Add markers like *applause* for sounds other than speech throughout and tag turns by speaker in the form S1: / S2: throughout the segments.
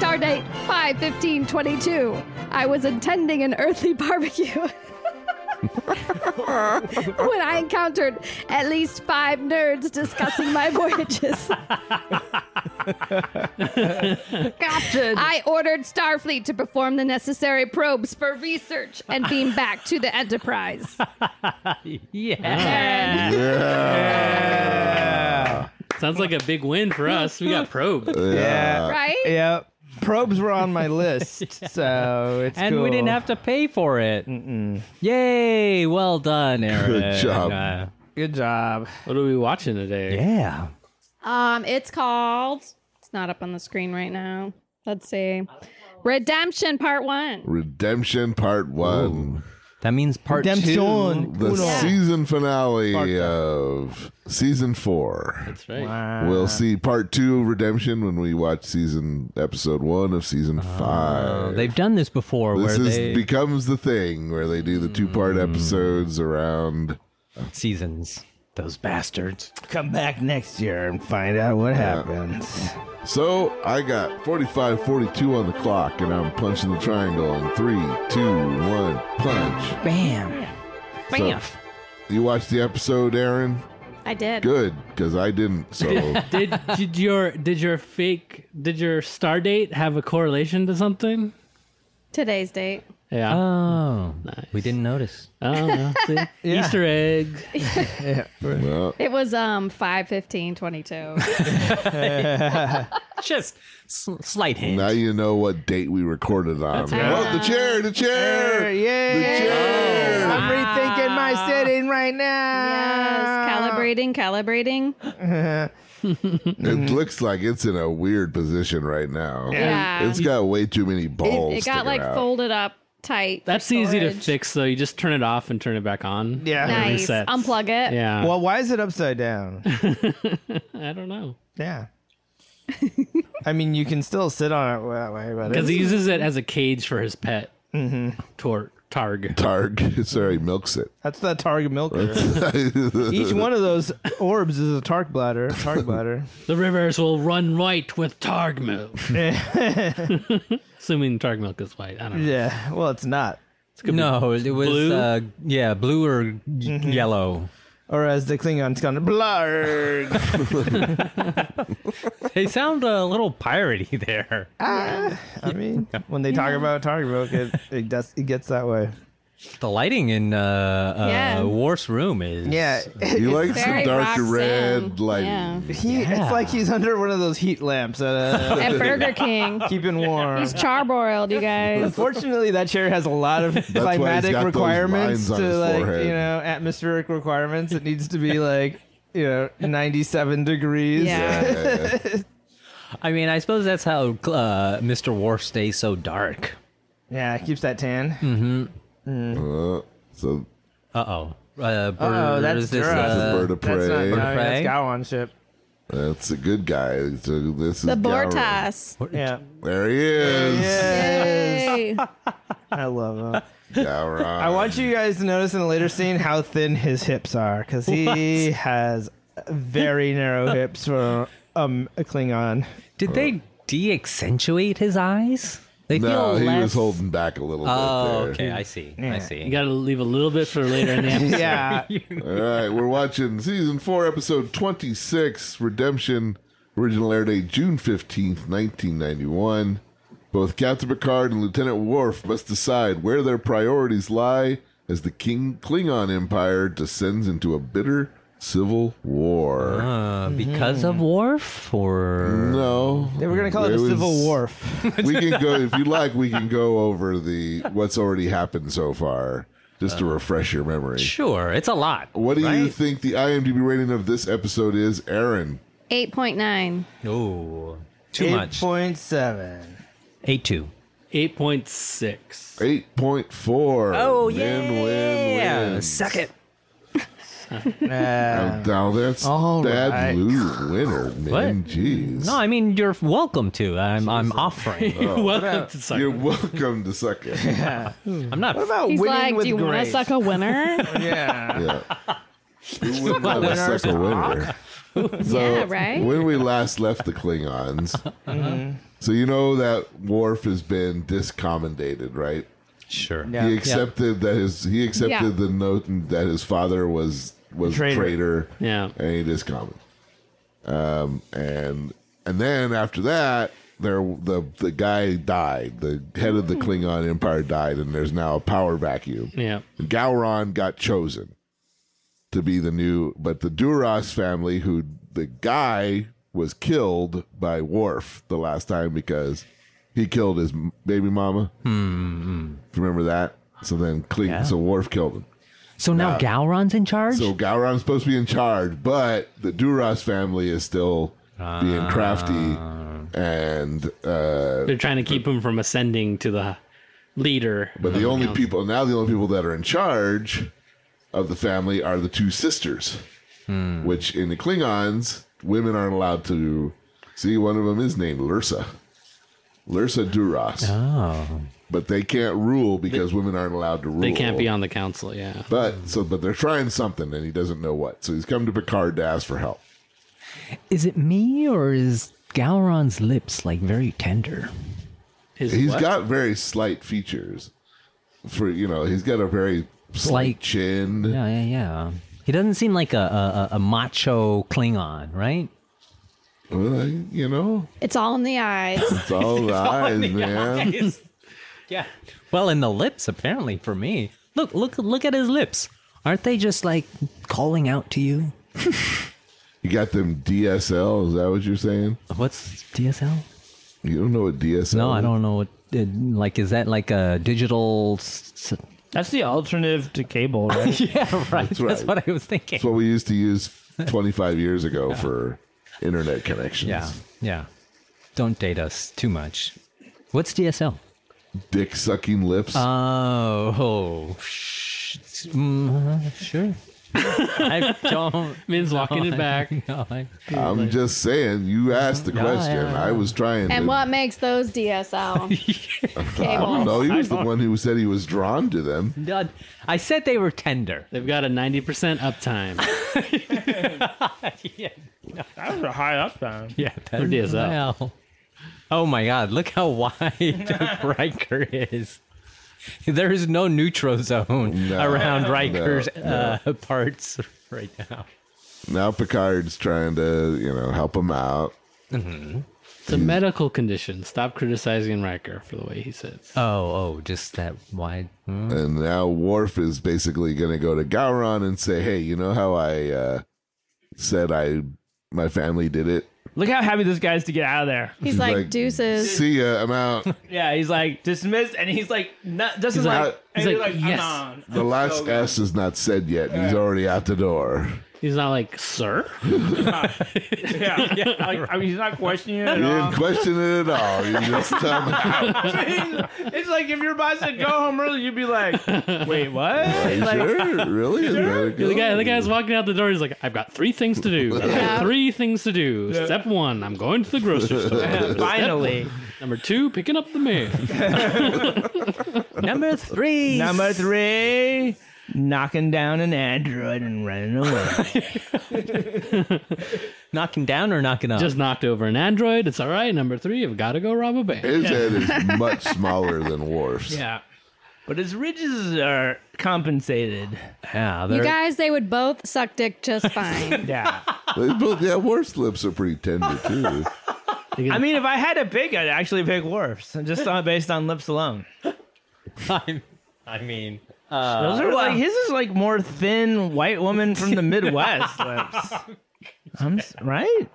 S1: Bar date 5 15 22. I was attending an earthly *laughs* barbecue. when I encountered at least five nerds discussing my voyages.
S2: *laughs* Captain.
S1: I ordered Starfleet to perform the necessary probes for research and beam back to the Enterprise.
S2: *laughs* yeah. Ah,
S3: Sounds like a big win for us. We got
S4: *laughs*
S3: probed.
S4: Yeah.
S1: Right?
S4: Yep. Probes were on
S2: *laughs*
S4: my list, so it's
S2: And we didn't have to pay for it. Yay. Well done, Aaron.
S5: job.
S2: Uh,
S4: Good job.
S3: What are we watching today?
S2: yeah.
S1: Um, it's called. It's not up on the screen right now. Let's see. Redemption Part One.
S5: Redemption Part One,
S2: That means part
S4: Redemption.
S2: two.
S5: the
S4: Uno.
S5: season finale of season four.
S3: That's right.
S5: We'll see part two of Redemption when we watch season episode one of season
S3: Ah,
S5: five.
S2: They've done this before
S5: this
S2: where
S5: is
S2: they
S5: becomes the thing where they do the two
S3: Hmm.
S5: part episodes around.
S2: seasons. Those bastards.
S4: Come back next year and find out what happens.
S5: So I got 45 42 on the clock, and I'm punching the triangle in three, two, one, punch.
S4: Bam.
S5: Bam. You watched the episode, Aaron?
S1: I did.
S5: Good, because I
S3: *laughs*
S5: didn't. So
S3: Did did your did your fake did your star date have a correlation to something? Uh,
S1: Today's date.
S3: Yeah.
S2: Oh. Uh, We didn't notice.
S3: Oh, no. *laughs* See? Easter egg.
S5: well,
S1: It was um five fifteen
S5: *laughs*
S1: twenty two.
S2: Just sl- slight hint.
S5: now you know what date we recorded on.
S1: right.
S5: Oh, the chair, the
S4: Er,
S5: chair, the chair.
S4: I'm rethinking
S2: Ah.
S4: my setting right now.
S1: yes, calibrating, calibrating.
S5: It looks like it's in a weird position right now.
S1: Mm-hmm. Yeah.
S5: It's got way too many balls.
S1: It got
S5: sticking
S1: like
S5: out.
S1: folded up tight. for
S3: That's easy to
S1: storage.
S3: fix though. You just turn it off and turn it back on.
S4: Yeah.
S1: Nice.
S3: resets.
S1: Unplug it.
S3: Yeah.
S4: Well, why is it upside
S2: *laughs*
S4: down?
S3: I don't know.
S4: yeah. I mean, you can still sit on it that way, but
S3: Because
S4: it's- Mm-hmm.
S3: he uses it as a cage for his pet. Tor- targ.
S5: Targ. *laughs* Sorry, milks it.
S4: that's the target milker. *laughs* Each one of those orbs is a targ bladder. *laughs* Targ bladder.
S3: The rivers will run white with targ
S4: *laughs*
S3: milk. *laughs* Assuming targ milk is white. I don't know.
S4: Yeah. Well, it's not.
S2: No, it was
S3: Blue?
S2: Uh, yeah, blue or y-
S5: Mm-hmm.
S2: yellow.
S4: Or as the Klingons call it, blarg. *laughs*
S2: They sound a little piratey *laughs* there.
S4: I mean, when they talk about target milk, it, it does it gets that way.
S2: The lighting in uh, uh
S1: Yeah.
S2: Worf's room is
S4: Yeah.
S5: You like some
S1: Very
S5: darker
S1: Roxanne.
S5: red, like
S1: Yeah.
S4: He, It's like he's under one of those heat lamps, *laughs* uh,
S5: *laughs*
S1: At Burger King.
S4: keeping warm.
S1: He's charbroiled, you
S5: *laughs*
S1: guys.
S4: Fortunately, that chair has a lot of
S5: why he's
S4: climatic
S5: got those
S4: requirements
S5: lines on
S4: to
S5: his
S4: like
S5: forehead.
S4: you know atmospheric requirements. It needs to be like you know ninety seven degrees.
S1: Yeah.
S2: I mean, I suppose that's how uh, Mr. Worf stays so dark.
S4: yeah, it keeps that tan.
S5: uh, so
S2: Uh-oh. Uh
S4: Uh-oh, that's
S2: is this, uh,
S4: Dura.
S5: that's a bird of
S4: That's not
S5: prey.
S4: no,
S2: Prey?
S4: that's Gowan ship.
S5: That's a good guy. So this is
S1: The
S5: Gowron.
S1: Bortas.
S4: Yeah,
S5: There he is.
S1: Yay.
S4: I love him.
S5: Gowron.
S4: I want you guys to notice in a later scene how thin his hips are because he has very *laughs* narrow hips for um, a Klingon.
S2: Did they de-accentuate his eyes? They
S5: No,
S2: feel
S5: he
S2: less...
S5: was holding back a little
S2: Oh,
S5: bit
S2: okay,
S5: there.
S2: I see. I see.
S3: You got to leave a little bit for later
S4: *laughs*
S3: in the episode.
S4: Yeah,
S5: All right, we're watching season four, episode twenty-six, Redemption. Original air date June fifteenth, nineteen ninety-one. Both Captain Picard and Lieutenant Worf must decide where their priorities lie as the King Klingon Empire descends into a bitter civil war.
S4: Uh-huh.
S2: Uh, because of
S4: Mm-hmm.
S2: Worf or
S5: No,
S4: they were gonna call it, a
S5: was-
S4: civil wharf. *laughs*
S5: we can go if you like. We can go over the what's already happened so far, just
S4: Uh-huh.
S5: to refresh your memory.
S2: Sure, it's a lot.
S5: What do you
S2: right?
S5: think the IMDb rating of this episode is, Aaron?
S1: 8.9.
S2: Oh, too much.
S4: Point seven. *laughs*
S2: Eight two.
S3: 8.6.
S5: Eight point four.
S2: Oh
S5: win,
S2: yeah.
S5: win, win.
S2: Suck it.
S4: Uh,
S5: Now, now that's
S4: All
S5: bad
S4: right.
S5: blue winner, man.
S2: What?
S5: Jeez.
S2: No, Oh, I mean you're welcome to. I'm I'm
S4: *laughs*
S2: offering.
S3: *laughs* Welcome to Sucker.
S5: You're welcome to
S2: *laughs*
S5: suck it.
S2: I'm not.
S4: what about
S1: He's
S4: winning
S1: like,
S4: with
S1: do you want
S4: grace? *laughs*
S5: *laughs*
S1: to suck a winner?
S4: Yeah.
S5: yeah. You wouldn't want to suck a winner. *laughs* So
S1: Yeah, right?
S5: when we last left the Klingons,
S2: Uh-huh.
S5: so you know that Worf has been discommendated, right?
S2: Sure.
S4: Yeah.
S5: He accepted that his he accepted
S1: Yeah.
S5: the note that his father was was
S4: Traitor.
S5: traitor, traitor
S3: Yeah.
S5: and he discommon. Um, and and then after that, there the the guy died. The head of the Klingon Empire died, and there's now a power vacuum.
S3: Yeah.
S5: Gowron got chosen to be the new, but the Duras family, who the guy was killed by Worf the last time because he killed his m- baby mama. Hmm. Remember that? So then, Kling- so Worf killed him.
S2: So now Gowron's in charge?
S5: So Gowron's supposed to be in charge, but the Duras family is still being crafty, and uh,
S3: They're trying to keep him from ascending to the leader.
S5: but the only people now the only people that are in charge of the family are the two sisters,
S3: Hmm.
S5: which in the Klingons women aren't allowed to see. One of them is named Lursa, Lursa Duras,
S2: oh.
S5: but they can't rule because women aren't allowed to rule.
S3: They can't be on the council. Yeah.
S5: But so but they're trying something, and he doesn't know what. So he's come to Picard to ask for help.
S2: Is it me or is Gowron's lips like very tender?
S3: His
S5: He's
S3: what?
S5: got very slight features for you know he's got a very slight,
S2: Slight.
S5: chin
S2: Yeah, yeah, yeah. He doesn't seem like a, a, a- a macho Klingon, right?
S5: Well, I- Uh, you know
S1: It's all in the eyes.
S5: *laughs* it's all the eyes man
S2: yeah. Well, in the lips, apparently, for me. Look, look, look at his lips. Aren't they just like calling out to you?
S5: you got them DSL is that what you're saying
S2: What's DSL?
S5: you don't know what DSL
S2: No, I
S5: is?
S2: don't know. What, it, like, is that like a digital? S- s-
S4: That's the alternative to cable, right?
S2: *laughs* yeah, right. That's,
S5: right.
S2: what I was thinking.
S5: that's what we used
S2: *laughs*
S5: to use 25 years ago for internet connections
S2: Yeah, yeah. Don't date us too much. What's DSL?
S5: dick sucking lips
S2: Oh, oh sh- mm, uh, *laughs* sure. I *laughs* don't.
S3: Min's walking
S5: *laughs*
S3: it back.
S2: No, I,
S5: I'm just saying you asked the question
S2: yeah,
S5: I was trying
S1: and
S5: to *laughs*
S1: what makes those DSL?
S5: I don't
S1: Cable.
S5: know he was the one who said he was drawn to them
S2: God, I said they were tender.
S3: They've got a 90% uptime
S4: that was a high upbound.
S2: Yeah,
S3: for DSL.
S2: Well, oh my God! Look how *laughs* wide Riker is. There is no neutral zone
S5: No,
S2: around
S5: no,
S2: Riker's uh, parts right now.
S5: now Picard's trying to you know help him out
S3: It's a medical condition. Stop criticizing Riker for the way he sits.
S2: Oh, oh, just that wide. hmm.
S5: And now Worf is basically going to go to Gowron and say, "Hey, you know how I uh, said I my family did it?
S4: Look how happy this guy's to get out of there.
S1: He's like, deuces.
S5: See ya, I'm out.
S4: Yeah, he's like dismissed, and he's like, not, this is
S5: like-
S4: like, and
S3: he's
S4: he's
S3: like,
S4: like, I'm
S3: yes.
S4: on.
S5: The last S is not said yet, and he's already out the door.
S3: He's not like, sir?
S4: Yeah,
S2: *laughs*
S4: like, I mean, he's not questioning *laughs* it at
S5: You
S4: all.
S5: didn't question it at all. You just tell me
S4: it's like if your boss said go home early, you'd
S2: *laughs*
S4: be like, wait, what? Like,
S5: sure, really? Is that a
S3: The
S5: go?
S3: guy, the guy's walking out the door. He's like, I've got three things to do. I've got three things to do. Step one, I'm going to the grocery store.
S4: *laughs* Finally,
S3: Number two, picking up the mail.
S2: Number three.
S4: number three, knocking down an android and running away. *laughs*
S2: Knocking down or knocking up?
S3: Just knocked over an android. It's all right. Number three, I've got to go rob a bank.
S5: His head is much smaller than Worf's.
S4: yeah, but his ridges are compensated.
S2: yeah,
S1: You
S2: they're-
S1: guys, they would both suck dick just
S5: *laughs*
S1: fine.
S4: Yeah,
S5: They both, yeah, Worf's lips are pretty tender too.
S4: I mean, if I had to pick, I'd actually pick Worf's just on, based on lips alone.
S2: I'm- *laughs* I mean,
S4: Those are like his is like more thin white woman from the
S2: *laughs*
S4: Midwest lips. I'm s- right.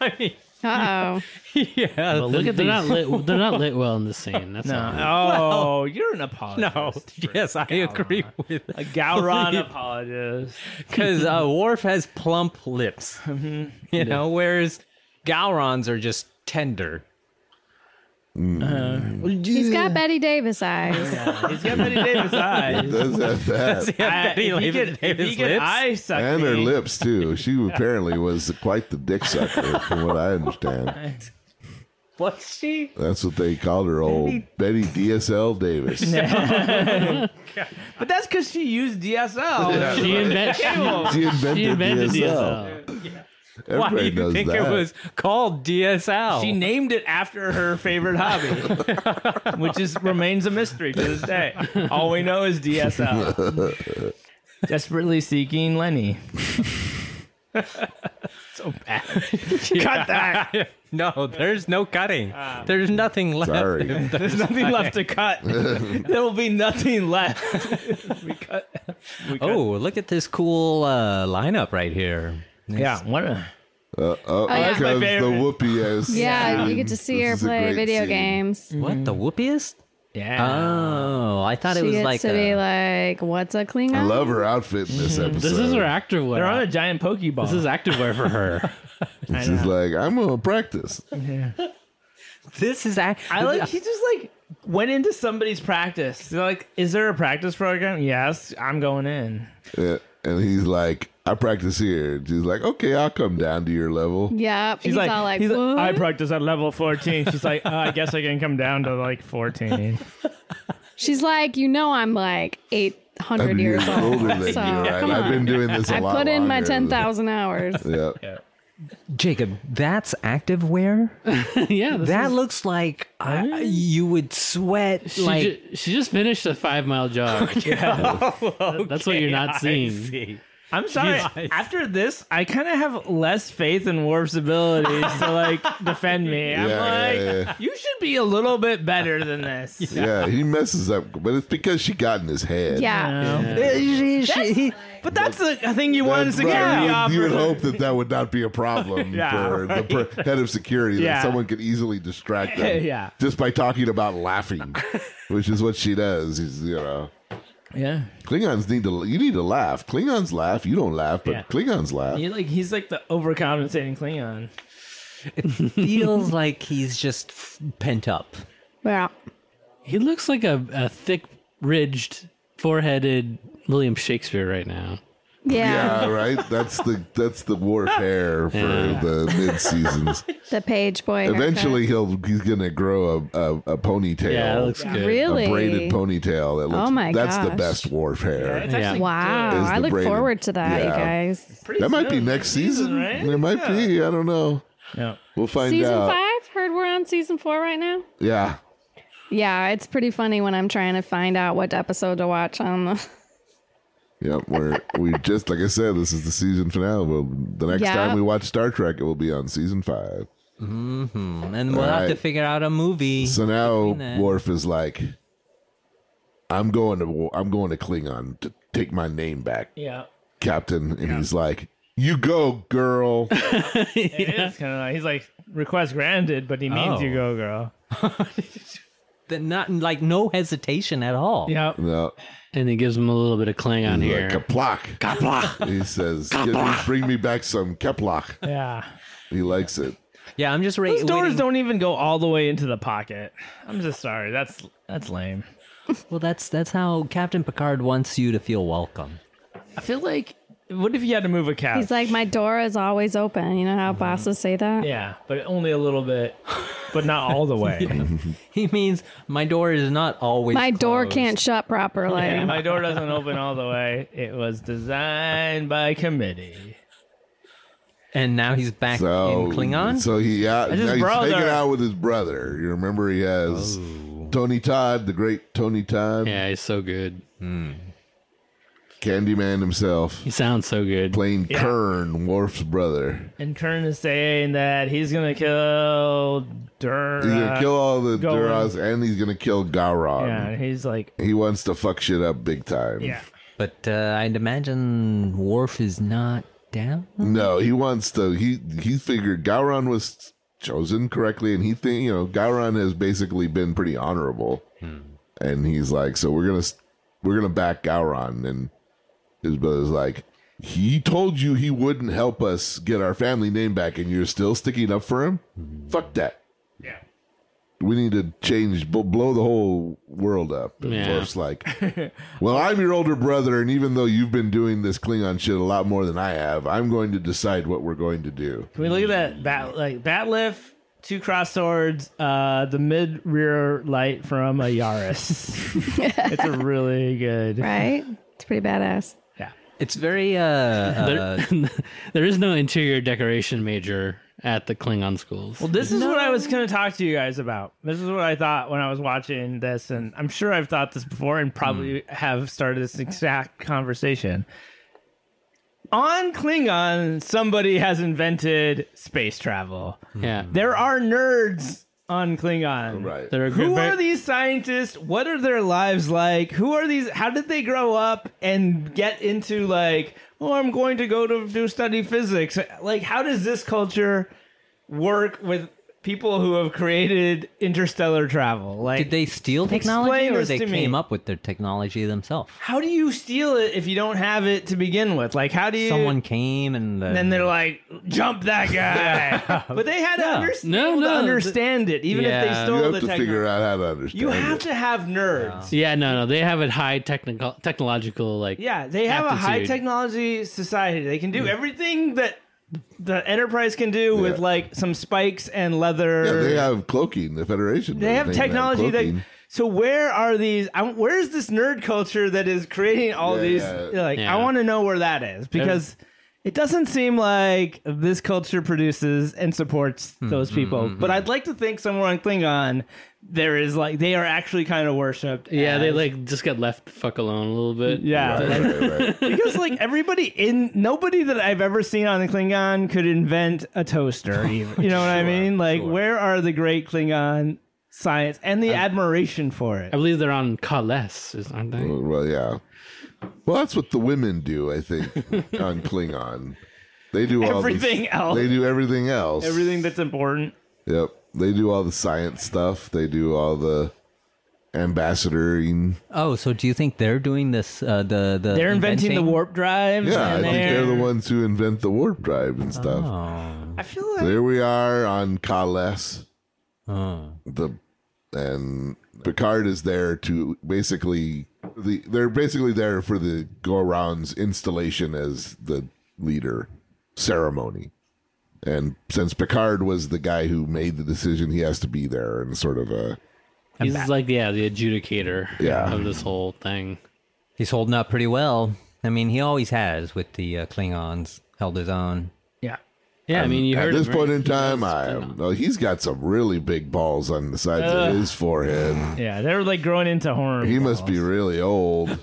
S2: I mean,
S1: Uh oh.
S2: yeah.
S3: Look at they're not lit. They're not lit well in this scene.
S2: *laughs*
S3: That's
S4: No.
S3: all.
S4: Uh, Oh, you're an apologist.
S2: No, yes, I agree with
S4: A Gowron
S2: *laughs*
S4: apologist.
S2: because uh, Worf has plump lips,
S4: Mm-hmm.
S2: you know, whereas Gowron's are just tender. *laughs*
S1: He's got Betty Davis eyes.
S4: He's got
S2: *laughs*
S4: Betty Davis eyes.
S5: Does have that.
S4: I-
S2: Betty
S4: if he
S2: Davis-
S4: could, if
S2: Davis
S4: he could
S2: lips.
S4: eye suck
S5: And her
S4: me-
S5: lips too. She apparently was quite the dick sucker, from what I understand.
S2: Was she?
S5: That's what they called her, old Betty DSL Davis.
S4: But that's because she used DSL.
S3: She, invent,
S4: Cable.
S5: She invented,
S3: she invented
S5: DSL.
S3: DSL.
S2: Why do
S5: Everybody
S2: you
S5: knows
S2: think
S5: that.
S2: it was called DSL?
S4: She named it after her favorite hobby, *laughs* which is remains a mystery to this day. All we know is DSL. Desperately seeking Lenny. *laughs* so bad. *laughs* Cut that.
S2: no, there's no cutting.
S4: Uh,
S2: there's nothing left.
S5: Sorry.
S4: There's nothing left to cut. there will be nothing left. we cut. We cut.
S2: Oh, look at this cool uh, lineup right here.
S4: yeah. What a,
S5: Oh,
S1: yeah.
S5: here
S1: That's my
S5: comes the
S4: favorite.
S5: whoopee ass.
S1: Yeah,
S5: scene.
S1: you get to see
S5: Mm, This
S1: her
S5: is a
S1: play
S5: great
S1: video
S5: scene.
S1: games.
S2: What the whoopiest?
S4: yeah.
S2: Oh, I thought
S1: She
S2: it was
S1: gets
S2: like
S1: to be
S2: a-
S1: like, "What's a Klingon?"
S5: I love her outfit in
S1: Mm-hmm.
S5: this episode.
S3: This is her active wear.
S4: They're on a giant pokeball.
S3: this is active wear for her.
S4: I
S5: She's
S4: know.
S5: like, I'm gonna practice.
S2: this is act-
S4: I like he just like went into somebody's practice. They're like, is there a practice program? Yes, I'm going in.
S5: Yeah. And he's like, I practice here. And she's like, Okay, I'll come down to your level.
S1: Yep.
S4: She's
S1: he's
S4: like,
S1: all like,
S4: he's
S1: "What?"
S4: I practice at level 14. She's like, uh, I guess I can come down to like 14.
S1: She's like, "You know, I'm like 800
S5: I'm
S1: years old.
S5: older than
S1: so,
S5: you, right?
S1: come
S5: I've been
S1: on.
S5: doing this a
S1: I
S5: lot.
S1: put in my
S5: longer.
S1: 10,000 hours."
S5: *laughs* Yeah.
S2: Jacob. That's active wear.
S3: *laughs* yeah, this
S2: That
S3: is-
S2: looks like I, you would sweat
S3: she,
S2: like.
S3: ju- she just finished a five mile jog.
S4: *laughs*
S3: That's what you're not seeing.
S4: I'm sorry.
S2: Jeez.
S4: After this, I kind of have less faith in Worf's abilities to *laughs* like defend me. I'm
S5: Yeah,
S4: like,
S5: yeah, yeah.
S4: you should be a little bit better than this.
S5: *laughs* Yeah, he messes up, but it's because she got in his head.
S1: Yeah.
S2: *laughs* She- she- he-
S4: But that's the thing you wanted
S5: That's
S4: to
S5: right.
S4: get.
S5: You
S4: off
S5: would- you, would,
S4: of-
S5: hope that that would not be a
S4: *laughs*
S5: problem
S4: Yeah,
S5: for the per- head of security
S4: Yeah.
S5: that someone could easily distract
S4: *laughs*
S5: them
S4: Yeah.
S5: just by talking about laughing,
S4: *laughs*
S5: which is what she does. Is you know,
S4: Yeah.
S5: Klingons need to you need to laugh. Klingons laugh. You don't laugh, but
S4: Yeah.
S5: Klingons laugh. *laughs*
S4: He, like he's like the overcompensating Klingon.
S2: feels like he's just f- pent up.
S1: Yeah.
S3: He looks like a, a thick ridged, foreheaded William Shakespeare right now.
S1: Yeah.
S5: Yeah, right. That's the that's the war
S1: *laughs*
S5: hair for the mid seasons.
S1: The page boy. haircut.
S5: Eventually, he'll he's gonna grow a a, a ponytail.
S3: Yeah, it looks good.
S1: Really?
S5: A braided ponytail. That looks,
S1: Oh my
S5: That's the
S1: gosh.
S5: best wharf hair.
S4: It's
S3: Yeah.
S4: actually
S1: Wow.
S5: Is
S1: I
S5: the
S1: look
S5: braided-
S1: forward to that, you
S5: Yeah.
S1: guys.
S4: pretty
S5: That might be
S4: soon.
S5: next season.
S4: right?
S5: It might be. I don't know.
S4: Yeah.
S5: We'll find
S1: Season
S5: out.
S1: five? Heard we're on season four right now?
S5: Yeah.
S1: Yeah, it's pretty funny when I'm trying to find out what episode to watch on the. *laughs*
S5: Yep. We're we just like I said, this is the season finale. Well the next
S1: Yeah.
S5: time we watch Star Trek, it will be on season five.
S2: And then we'll have to
S5: Alright.
S2: figure out a movie.
S5: So now
S2: that.
S5: Worf is like I'm going to I'm going to Klingon to take my name back,
S4: Yeah.
S5: Captain. And he's like, You go, girl.
S4: It's kind of like, he's like request granted, but he
S2: Oh.
S4: means you go, girl.
S2: That not like no hesitation at all.
S4: Yeah.
S5: no.
S3: And he gives him a little bit of Klingon on
S5: He's
S3: here.
S5: like Kaplock. He says, "Get me- bring me back some Kaplock.
S4: Yeah. These
S5: He likes it.
S2: Yeah, I'm just ra-
S4: doors
S2: waiting.
S4: don't even go all the way into the pocket. I'm just sorry. That's that's lame.
S2: Well, that's that's how Captain Picard wants you to feel welcome.
S4: I feel like what if you had to move a couch?
S1: He's like, my door is always open. You know how bosses say that?
S4: yeah, but only a little bit, but not all the *laughs* way.
S2: He means my door is not always
S1: My door
S2: closed.
S1: can't shut properly.
S4: Yeah, My door doesn't open all the way. It was designed by committee.
S2: And now he's
S4: *laughs*
S2: back
S5: So
S2: in Klingon.
S5: So he yeah,
S4: his
S5: now he's
S4: brother. Oh.
S5: hanging out with his brother. You remember he has Tony Todd, the great Tony Todd,
S3: yeah, he's so good.
S5: Candyman himself,
S3: He sounds so good.
S5: playing Kern, Worf's brother.
S4: And Kern is saying that he's gonna kill
S5: He's gonna
S4: Dur.
S5: kill all the
S4: going-
S5: Duras and he's gonna kill Gowron.
S4: Uh, yeah, and he's like,
S5: He wants to fuck shit up big time.
S4: yeah,
S2: But uh, I'd imagine Worf is not down.
S5: No, he wants to. He he figured Gowron was chosen correctly, and he think you know Gowron has basically been pretty honorable, and he's like, so we're gonna s- we're gonna back Gowron, and his brother's like, he told you he wouldn't help us get our family name back, and you're still sticking up for him. Fuck that.
S4: Mm-hmm. yeah.
S5: We need to change, bl- blow the whole world up. And
S3: Yeah.
S4: *laughs*
S5: Worf's like, well, I'm your older brother, and even though you've been doing this Klingon shit a lot more than I have, I'm going to decide what we're going to do.
S4: Can we look at that bat like bat lift, two cross swords, uh, the mid rear light from a Yaris. it's a really good
S1: Right? It's pretty badass.
S4: yeah.
S2: It's very uh, uh
S3: there, *laughs* there is no interior decoration major at the Klingon schools.
S4: Well, this is what I was going to talk to you guys about. This is what I thought when I was watching this, and I'm sure I've thought this before and probably have started this exact conversation. On Klingon, somebody has invented space travel.
S3: yeah,
S5: Mm.
S4: There are nerds on Klingon.
S5: Right.
S3: There are
S4: Who
S3: very-
S4: are these scientists? What are their lives like? Who are these? How did they grow up and get into like, oh, I'm going to go to do study physics? Like, how does this culture work with people who have created interstellar travel? Like,
S2: did they steal
S4: Explain
S2: technology or
S4: this
S2: they
S4: to me.
S2: came up with their technology themselves?
S4: how do you steal it if you don't have it to begin with? Like, how do you?
S2: Someone came and uh,
S4: *laughs* then they're like, jump that guy. *laughs* but they had to, under-
S3: No,
S4: able
S3: no,
S4: to
S3: the-
S4: understand it, even if they
S3: Yeah.
S5: You
S4: stole
S5: have
S4: the
S5: to
S4: technology.
S5: figure out how to understand.
S4: You have
S5: it.
S4: to have nerds.
S3: yeah, no, no, they have a high technical, technological, like
S4: Yeah, they have a high
S3: aptitude.
S4: technology society. They can do everything that the Enterprise can do with
S5: Yeah.
S4: like some spikes and leather.
S5: Yeah, they have cloaking. The Federation.
S4: They have
S5: doesn't even
S4: technology that.
S5: cloaking.
S4: So where are these? I, where is this nerd culture that is creating all
S5: Yeah,
S4: these?
S5: yeah.
S4: Like,
S3: Yeah.
S4: I want to know where that is because it doesn't seem like this culture produces and supports those people. But I'd like to think somewhere on Klingon, there is like they are actually kind of worshipped.
S3: yeah, they
S4: as-
S3: like just get left the fuck alone a little bit.
S4: yeah. like,
S5: Right, right, right.
S4: because like everybody in nobody that I've ever seen on the Klingon could invent a *laughs* toaster. Even, you know what I mean? Like, where are the great Klingon science and the admiration for it?
S3: I believe they're on Kales, aren't they?
S5: Well, yeah. Well, that's what the women do, I think, on Klingon. They do all this-
S4: Everything else.
S5: They do everything else.
S4: Everything that's important.
S5: Yep. They do all the science stuff. They do all the ambassadoring.
S2: oh, so do you think they're doing this? Uh, the the
S4: They're inventing, the warp drives.
S5: Yeah, I
S4: and
S5: think they're
S4: they're-
S5: the ones who invent the warp drive and stuff.
S4: I feel like
S5: There we are on Kales. The and Picard is there to basically the they're basically there for the Goron's installation as the leader ceremony. And since Picard was the guy who made the decision, he has to be there and sort of a
S3: He's like yeah, the adjudicator
S5: Yeah.
S3: of this whole thing.
S2: He's holding up pretty well. I mean, he always has with the uh, Klingons. Held his own.
S4: yeah.
S3: Yeah, I mean, you
S5: at
S3: heard
S5: this
S3: him,
S5: point
S3: right?
S5: in time, I am. No, he's got some really big balls on the sides of his forehead.
S4: Yeah, they're like growing into horn.
S5: He must be really old.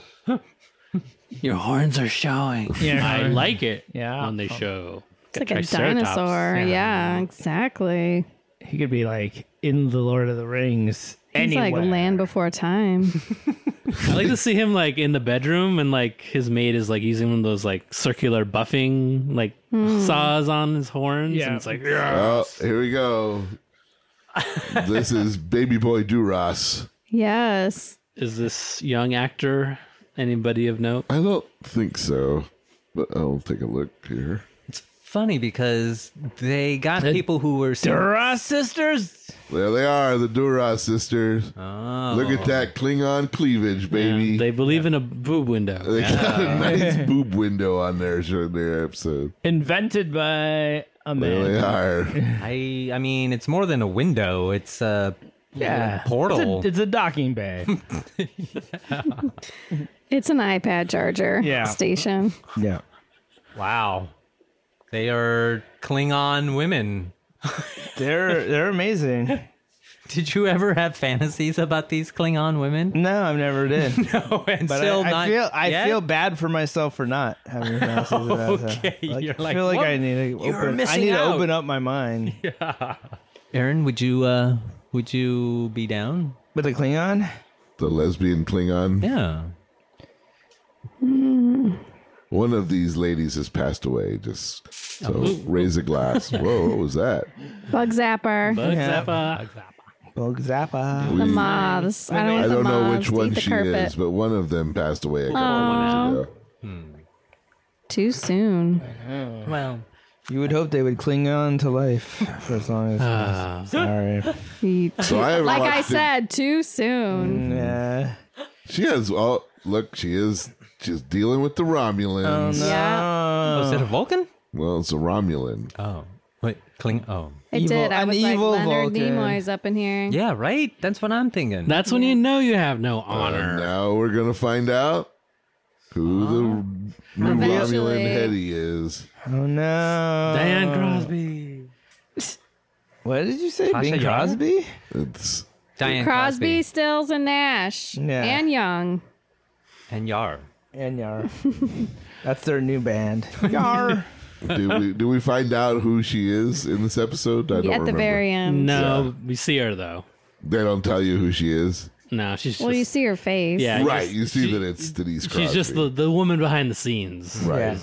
S2: Your horns are showing.
S4: Yeah,
S3: I like it.
S4: Yeah. Oh.
S3: when they show
S1: It's like a
S3: Triceratops.
S1: dinosaur. Yeah, exactly.
S4: he could be like in the Lord of the Rings.
S1: It's
S4: anywhere.
S1: like land before time.
S3: I like to see him like in the bedroom and like his maid is like using one of those like circular buffing like
S5: Hmm.
S3: saws on his horns.
S4: Yeah.
S3: And it's like, yeah.
S5: Oh, here we go. this is Baby Boy Duras.
S1: yes.
S3: is this young actor anybody of note?
S5: I don't think so, but I'll take a look here.
S2: It's funny because they got people who were so,
S4: Hurrah, sisters.
S5: There they are, the Duras sisters. Look at that Klingon cleavage, baby.
S3: They believe in a boob window.
S5: *laughs* they got a nice boob window on there during their episode.
S4: Invented by a man.
S5: There they are.
S2: I I mean, it's more than a window. It's uh, a
S4: Yeah.
S2: portal.
S4: It's a, it's a docking *laughs* bay.
S1: It's an iPad charger
S4: Yeah.
S1: station.
S4: yeah.
S2: wow. They are Klingon women. *laughs*
S4: They're they're *laughs* amazing.
S2: Did you ever have fantasies about these Klingon women?
S4: No, I've never did.
S2: No, *laughs* and
S4: But
S2: still
S4: I, I
S2: not
S4: feel I
S2: yet?
S4: feel bad for myself for not
S2: *laughs*
S4: having glasses.
S2: Okay, you're
S4: I
S2: like,
S4: feel like
S2: "What?
S4: I need to
S2: You're
S4: open. I
S2: missing
S4: need to
S2: out."
S4: open up
S2: *laughs*
S4: my mind
S2: Aaron, would you uh would you be down?
S4: with a Klingon.
S5: The lesbian Klingon.
S2: Yeah.
S5: One of these ladies has passed away. Just so raise a glass. Whoa, what was that?
S1: Bug zapper.
S3: Bug
S4: Yeah.
S3: zappa.
S4: Bug zappa.
S1: the
S5: We-
S1: moths. I don't,
S5: I
S1: want the
S5: don't know
S1: moths.
S5: which
S1: Eat
S5: one
S1: the
S5: she
S1: carpet.
S5: is, but one of them passed away a couple of years ago.
S1: Too soon.
S2: Well,
S4: You would hope they would cling on to life for as long as.
S2: Ah.
S4: Sorry.
S1: He-
S5: So I haven't
S1: like
S5: watched
S1: I
S5: it.
S1: said, too
S4: Mm.
S1: soon.
S4: Yeah.
S5: she has. Oh, look, she is. She's dealing with the Romulans.
S1: Yeah,
S4: Oh,
S2: was it a Vulcan?
S5: Well, it's a Romulan.
S2: Oh. Wait, Kling oh.
S1: it
S4: Evil-
S1: did. I
S4: an
S1: was like,
S4: evil
S1: Leonard
S4: Vulcan.
S1: Nimoy's up in here.
S2: Yeah, right? That's what I'm thinking.
S5: Uh,
S3: That's when you know you have no honor.
S5: Now we're gonna find out who the Romulan
S1: Eventually.
S5: head he is.
S4: Oh no.
S3: Diane Crosby.
S4: What did you say?
S2: Tasha
S4: Bing
S2: Young?
S4: Crosby?
S5: It's
S2: Diane
S1: Crosby,
S2: Crosby,
S1: Stills, and Nash.
S4: Yeah.
S1: And Young.
S2: and Yar.
S4: And
S2: *laughs*
S4: Yar. That's their new band. Yar.
S5: do we do we find out who she is in this episode? I
S1: At
S5: don't
S1: the
S5: remember.
S1: very
S4: Mm.
S1: end.
S3: No, we see her though.
S5: They don't tell you who she is.
S3: No, she's
S1: Well, you
S3: just
S1: see her face.
S3: yeah,
S5: Right,
S3: just-
S5: you see
S3: she-
S5: that it's Denise Crosby.
S3: She's just the, the woman behind the scenes.
S5: right,
S4: Yeah.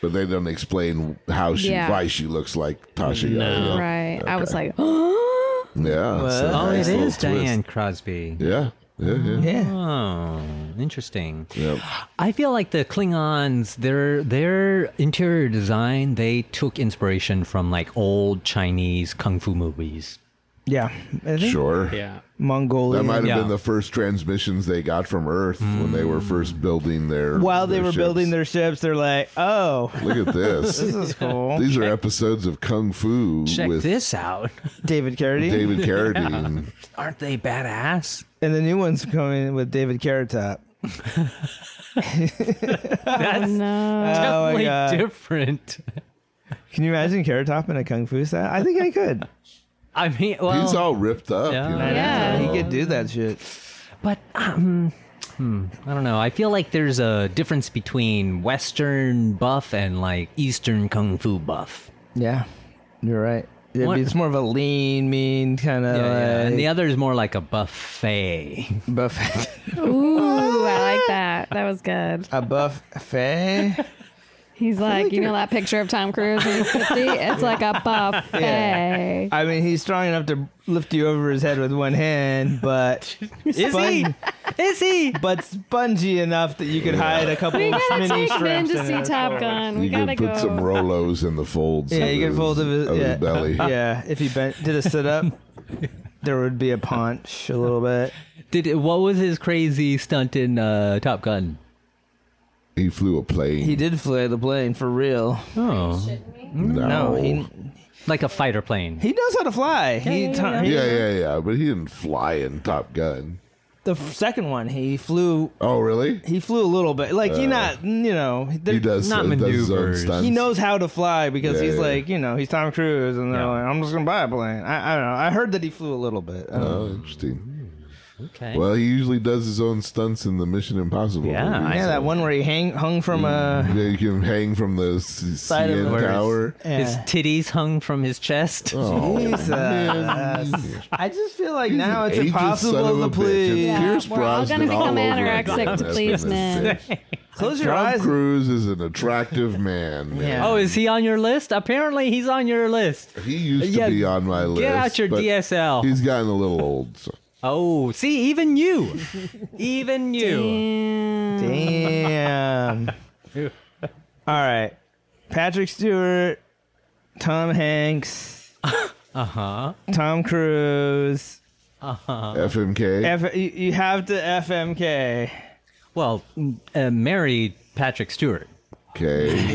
S5: but they don't explain how she
S1: Yeah.
S5: why she looks like Tasha. Yar.
S3: No.
S1: Right. I was like,
S5: Yeah. it's a
S4: Well-
S2: Oh,
S5: nice
S2: it
S5: little
S2: is
S5: twist.
S2: Diane Crosby.
S5: Yeah. Yeah. Yeah.
S4: Yeah.
S2: Oh, interesting.
S5: Yep.
S2: I feel like the Klingons, their their interior design, they took inspiration from like old Chinese kung fu movies.
S4: Yeah. I think
S5: Sure.
S3: Yeah.
S4: Mongolia.
S5: That might have
S2: Yeah.
S5: been the first transmissions they got from Earth when they were first building their.
S4: Hmm. While they
S5: their
S4: were
S5: ships.
S4: building their ships, they're like, oh, *laughs*
S5: Look at
S4: this
S5: this.
S4: is
S5: *laughs*
S4: cool.
S5: These are episodes of Kung Fu
S2: Check
S5: with
S2: this out. *laughs*
S4: David Carradine. *laughs*
S5: David Carradine.
S2: Aren't they badass?
S4: And the new one's coming with David Carrot Top.
S2: That's
S1: no.
S4: oh my
S2: definitely
S4: God.
S2: different. *laughs*
S4: Can you imagine Carrot Top in a Kung Fu style? I think I could.
S2: I mean, well,
S5: He's all ripped
S2: *laughs*
S5: up.
S2: Yeah.
S5: You know?
S1: Yeah.
S4: He could do that shit.
S2: but um, hmm, I don't know. I feel like there's a difference between Western buff and like Eastern kung fu buff.
S4: Yeah. You're right. It'd
S2: What-
S4: be- it's more of a lean, mean kind of
S2: Yeah, yeah.
S4: like
S2: And the other is more like a buffet. *laughs*
S4: buffet.
S1: Ooh, I like that. That was good.
S4: *laughs* a buffet?
S1: He's like, you know that picture of Tom Cruise when he's
S4: *laughs*
S1: 50? It's like a buffet.
S4: I mean, he's strong enough to lift you over his head with one hand,
S2: *laughs*
S4: but is he?
S2: Is he?
S4: But spongy enough that you could hide a couple
S1: We gotta
S4: mini
S1: take Ben
S4: shrimps
S1: to
S4: in
S1: see
S4: there.
S1: Top Gun. We
S5: You
S1: gotta
S5: could
S1: go.
S5: put some Rolos in the folds.
S4: Yeah,
S5: of
S4: you could
S5: his-
S4: fold of his- yeah.
S5: his belly.
S4: *laughs* Yeah, if he bent, did a sit
S5: *laughs*
S4: up, there would be a paunch a little bit.
S2: Did it, what was his crazy stunt in uh, Top Gun?
S5: He flew a plane.
S4: He did fly the plane for real.
S2: Oh,
S5: No.
S4: No, he
S2: like a fighter plane.
S4: he knows how to fly. he
S2: yeah,
S4: ta-
S2: yeah.
S4: he-
S5: yeah, yeah, yeah. But he didn't fly in Top Gun.
S4: the f- second one he flew.
S5: Oh, really?
S4: He flew a little bit. Like he not, you know,
S5: Uh, He
S4: there-
S5: does.
S2: Not
S5: he does his own
S2: maneuvers.
S5: stunts.
S4: he knows how to fly because
S5: Yeah,
S4: he's
S5: yeah.
S4: like, you know, he's Tom Cruise, and they're
S2: Yeah.
S4: like, I'm just gonna buy a plane. I, I don't know. I heard that he flew a little bit. I don't know.
S5: Oh, interesting.
S2: Okay.
S5: Well, he usually does his own stunts in the Mission Impossible.
S2: Yeah,
S5: movies.
S2: Oh, I
S4: yeah, that one where he hang hung from a
S5: Yeah, you can hang from the c-
S4: Side of
S5: CN
S4: the-
S5: tower.
S2: His titties hung from his chest.
S5: Oh,
S4: Jesus.
S5: man.
S4: I just feel like
S5: He's
S4: now
S5: an
S4: it's
S5: ageist son of
S4: impossible to
S5: a bitch.
S4: please.
S5: It's
S1: Yeah,
S5: Pierce
S1: we're all gonna
S5: Brosnan
S1: become
S5: all over
S1: anorexic
S5: again.
S1: to
S5: That's
S1: please
S5: what
S1: men.
S5: this
S4: *laughs*
S5: is.
S4: Close your
S5: Tom
S4: eyes.
S5: Cruise is an attractive man.
S4: Yeah.
S5: man.
S2: Oh, is he on your list? Apparently, he's on your list.
S5: He used
S2: Yeah,
S5: to be on my list.
S2: Get out your
S5: but
S2: DSL.
S5: He's gotten a little old. So.
S2: Oh, see, even *laughs* you, even you.
S1: Yeah.
S2: *laughs*
S4: Damn. All right. Patrick Stewart,
S2: *laughs*
S4: Tom Hanks. Uh-huh. Tom Cruise. Uh-huh.
S5: FMK.
S4: F- you, you have to FMK.
S2: Well, uh, married Patrick Stewart.
S5: okay.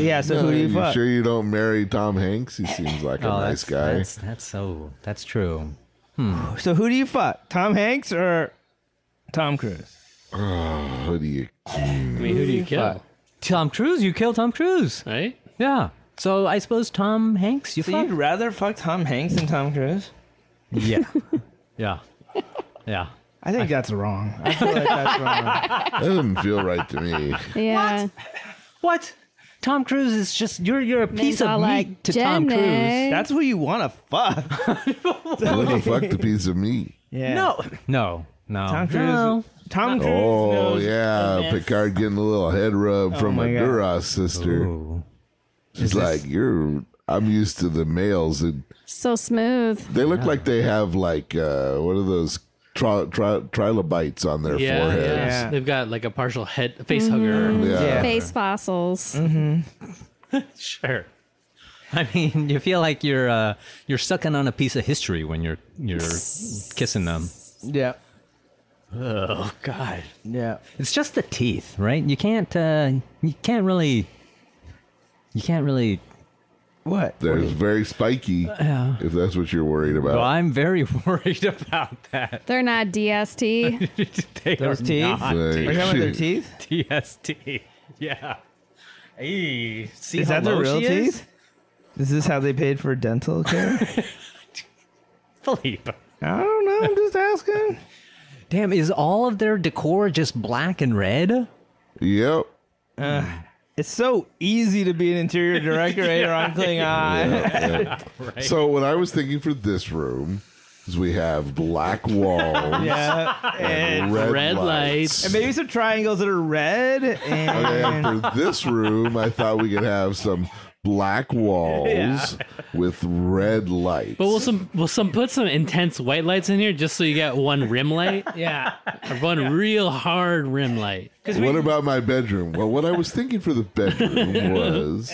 S4: *laughs* Yeah, so
S5: No,
S4: who do you
S5: you
S4: fuck? Oh,
S5: sure you don't marry Tom Hanks? He seems like a nice
S2: Oh, that's,
S5: guy.
S2: That's, that's so. That's true.
S4: So who do you fuck? Tom Hanks or Tom Cruise?
S5: Who do you?
S3: I mean, who do you kill?
S2: Tom Cruise, you killed Tom Cruise.
S3: Right?
S2: Yeah. So I suppose Tom Hanks, you
S4: So
S2: fuck.
S4: you'd rather fuck Tom Hanks than Tom Cruise?
S2: Yeah. *laughs* yeah. Yeah.
S4: I think that's wrong. I feel
S2: *laughs*
S4: like that's wrong.
S5: That doesn't feel right
S4: *laughs*
S5: to me.
S1: yeah.
S2: What? Tom Cruise is just you're you're a piece
S1: are
S2: of meat
S1: like,
S2: to Tom Cruise.
S1: "Jenny."
S4: That's who you want to fuck.
S5: Little fuck the piece
S4: *laughs*
S5: of meat.
S4: Yeah.
S2: No. No. No.
S4: Tom Cruise.
S2: No.
S4: Tom Cruise.
S5: Oh
S4: knows the
S5: yeah,
S4: best.
S5: Picard getting a little head rub from a
S4: Oh my God.
S5: Duras sister.
S2: Ooh.
S5: She's like, "You're." I'm used to the males, and
S1: So smooth.
S5: they look like they have like uh, what are those tri- tri- trilobites on their
S3: Yeah,
S5: foreheads?
S4: Yeah.
S3: yeah. They've got like a partial head face
S1: Mm-hmm.
S3: hugger.
S5: Yeah.
S1: Face fossils.
S4: Mm.
S3: Sure.
S2: *laughs* I mean, you feel like you're uh, you're sucking on a piece of history when you're you're kissing them.
S4: Yeah.
S3: Oh God.
S4: Yeah.
S2: It's just the teeth, right? You can't uh, you can't really you can't really
S4: What?
S5: There's very spiky. If that's what you're worried about.
S2: Well, I'm very *laughs* worried about that. *laughs*
S1: They're
S4: *laughs*
S1: not DST.
S2: they
S4: Those
S2: are
S4: teeth?
S2: not
S5: Like,
S4: Are you talking about
S5: *laughs*
S4: their
S5: shit.
S4: teeth?
S2: TST. Yeah. Hey, see
S4: Is
S2: how
S4: that their
S2: low
S4: real
S2: she is?
S4: teeth? Is this how they paid for dental *laughs* care?
S2: Philippe.
S4: I don't know. I'm just asking.
S2: Damn, is all of their decor just black and red?
S5: Yep.
S4: It's so easy to be an interior *laughs* decorator on Klingon.
S5: So what I was thinking for this room is we have black walls,
S4: Yeah.
S5: and
S3: Red,
S5: red,
S3: lights.
S4: And maybe some triangles that are red and
S5: And for this room, I thought we could have some black walls with red lights.
S3: But we'll some we'll some put some intense white lights in here just so you get one rim light,
S4: *laughs* *laughs* yeah.
S3: or one real hard rim light.
S5: what about my bedroom? Well, what I was thinking for
S4: *laughs*
S5: the bedroom was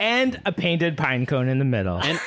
S4: And a painted pine cone in the middle.
S5: *laughs*
S3: And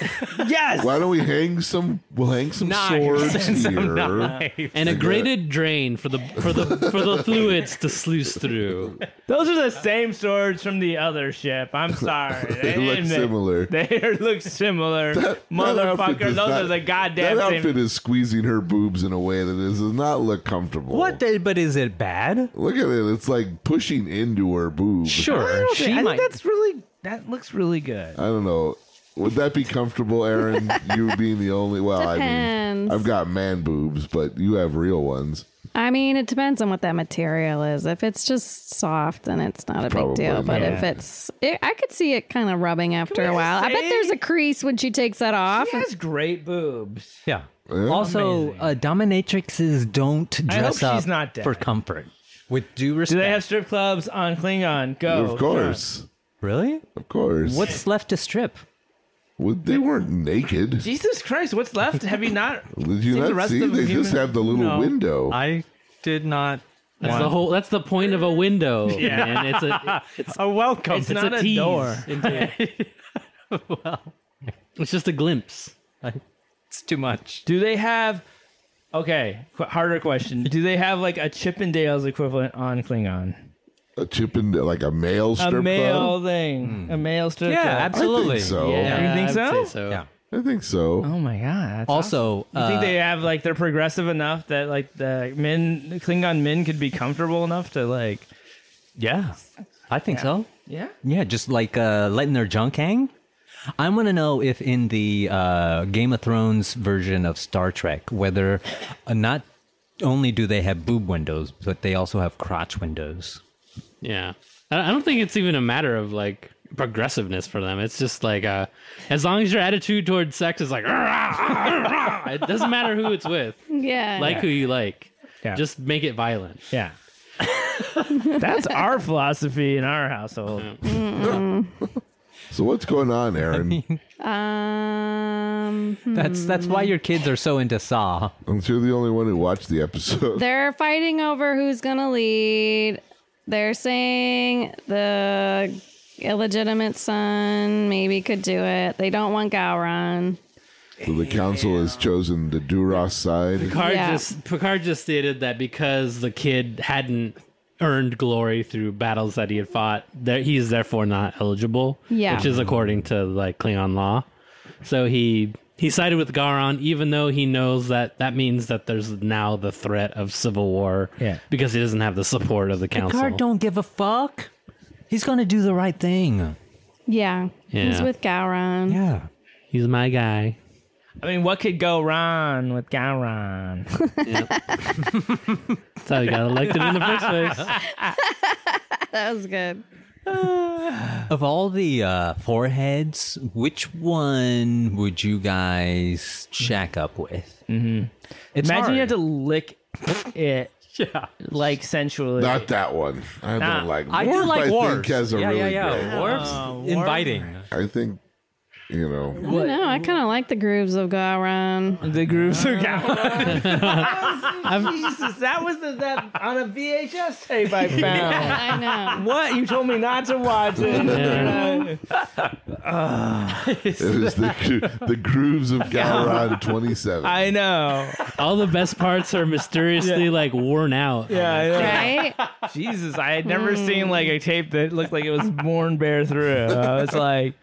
S4: yes.
S5: why don't we hang some we'll hang some
S2: Knives
S5: swords
S2: and some
S5: here.
S2: knives.
S3: and a grated drain for the for the for the fluids to sluice through.
S4: Those are the same swords from the other ship. I'm sorry.
S5: *laughs* They look
S4: And
S5: similar.
S4: They *laughs* look similar.
S5: That outfit
S4: Motherfucker,
S5: does
S4: those
S5: not-
S4: are the goddamn
S5: That
S4: same.
S5: outfit is squeezing her boobs in a way that is, does not look comfortable.
S2: What? The, but is it bad?
S5: Look at it. It's like pushing into her boob.
S2: Sure,
S4: I think that's really that looks really good.
S5: I don't know. Would that be comfortable, Aaron?
S4: *laughs*
S5: you being the only. Well, I mean,
S1: Depends.
S5: I've got man boobs, but you have real ones.
S1: I mean, it depends on what that material is. If it's just soft, then it's not a
S5: Probably
S1: big deal. But
S5: not.
S1: if it's, it, I could see it kind of rubbing after a
S4: we
S1: while. I bet
S4: say-
S1: there's a crease when she takes that off.
S4: She has great boobs.
S2: Yeah. Also, uh, dominatrixes don't dress
S4: hope
S2: up
S4: she's not dead.
S2: for comfort. With due
S4: Do
S2: respect.
S4: they have strip clubs on Klingon? Go.
S5: of course.
S2: really?
S5: Of course.
S2: What's left to strip?
S5: Well, they weren't naked. Did
S4: Jesus Christ, what's left? Have you *laughs* not?
S5: you
S4: the
S5: not
S4: rest
S5: see?
S4: of the
S5: They just
S4: human-
S5: have the little window.
S2: I did not.
S3: That's the whole. That's the point of a
S4: *laughs*
S3: window. Yeah, man. it's a it's,
S2: A welcome.
S4: Oh, It's not
S3: a,
S4: a
S3: tease
S4: door.
S3: into it.
S4: *laughs*
S3: it's just a glimpse.
S2: it's too much.
S4: Do they have? Okay, qu- harder question. Do they have like a Chippendales equivalent on Klingon?
S5: a chip in like a male
S4: A
S5: strip
S4: male
S5: club.
S4: thing. A male strip
S2: Yeah,
S4: club.
S2: absolutely.
S5: I think so.
S4: Yeah. You think
S3: I'd
S4: so?
S3: Uh, say so.
S2: Yeah.
S5: I think so.
S4: Oh my god. that's
S2: Also,
S4: I think
S2: uh,
S4: they have like they're progressive enough that like the men the Klingon men could be comfortable enough to like
S2: yeah, I think so.
S4: yeah
S2: Yeah, just like uh, letting their junk hang. I want to know if in the uh, Game of Thrones version of Star Trek, whether uh, not only do they have boob windows, but they also have crotch windows.
S3: Yeah. I I don't think it's even a matter of like progressiveness for them. It's just like uh as long as your attitude towards sex is like *laughs* "Arrgh, arrgh, arrgh," it doesn't matter who it's with.
S1: yeah.
S3: Like who you like.
S4: Yeah.
S3: Just make it violent.
S4: yeah. *laughs* That's our philosophy in our household.
S5: So what's going
S4: *laughs*
S5: on, Aaron?
S1: um, hmm.
S2: That's that's why your kids are so into Saw.
S5: I'm sure the only one who watched the
S4: *laughs*
S5: episode.
S1: they're fighting over who's gonna lead. They're saying the illegitimate son maybe could do it. They don't want Gowron.
S5: So the council has chosen the Duras side.
S3: Picard
S1: Yeah.
S3: just Picard just stated that because the kid hadn't earned glory through battles that he had fought, that he is therefore not eligible.
S1: Yeah.
S3: Which is according to like Klingon law. So he he sided with Garon, even though he knows that that means that there's now the threat of civil war.
S4: Yeah.
S3: Because he doesn't have the support of the council.
S2: Picard don't give a fuck. He's gonna do the right thing.
S1: Yeah, he's
S3: Yeah.
S1: with Gowron.
S2: Yeah.
S3: He's my guy.
S4: I mean, what could go wrong with Gowron?
S3: That's how he got elected in the first place.
S1: That was good.
S2: Of all the uh, foreheads, which one would you guys shack up with? Mm-hmm. It's
S4: Imagine
S2: hard.
S4: you have to lick it
S2: Yeah.
S4: like sensually.
S5: Not that one. I don't like.
S2: I do
S5: Worf,
S2: like
S5: I think
S2: Worf.
S5: has a
S2: yeah,
S5: really
S2: yeah,
S5: great-
S2: yeah. Worf's inviting.
S5: I think, you
S4: *laughs*
S5: know,
S1: No, I kind of like the grooves of
S3: *laughs*
S1: Gowron.
S4: the grooves of Gowron. Jesus, that was the, that on a VHS tape I found.
S1: I know.
S4: What you told me not to watch it?
S3: Yeah.
S5: it was the gro- the
S4: *laughs*
S5: grooves of Gowron
S4: *laughs*
S5: 27.
S4: I know.
S3: All the best parts are mysteriously like worn out.
S4: Yeah, I know.
S1: Right?
S4: Jesus, I had never seen like a tape that looked like it was born bare through. I was like,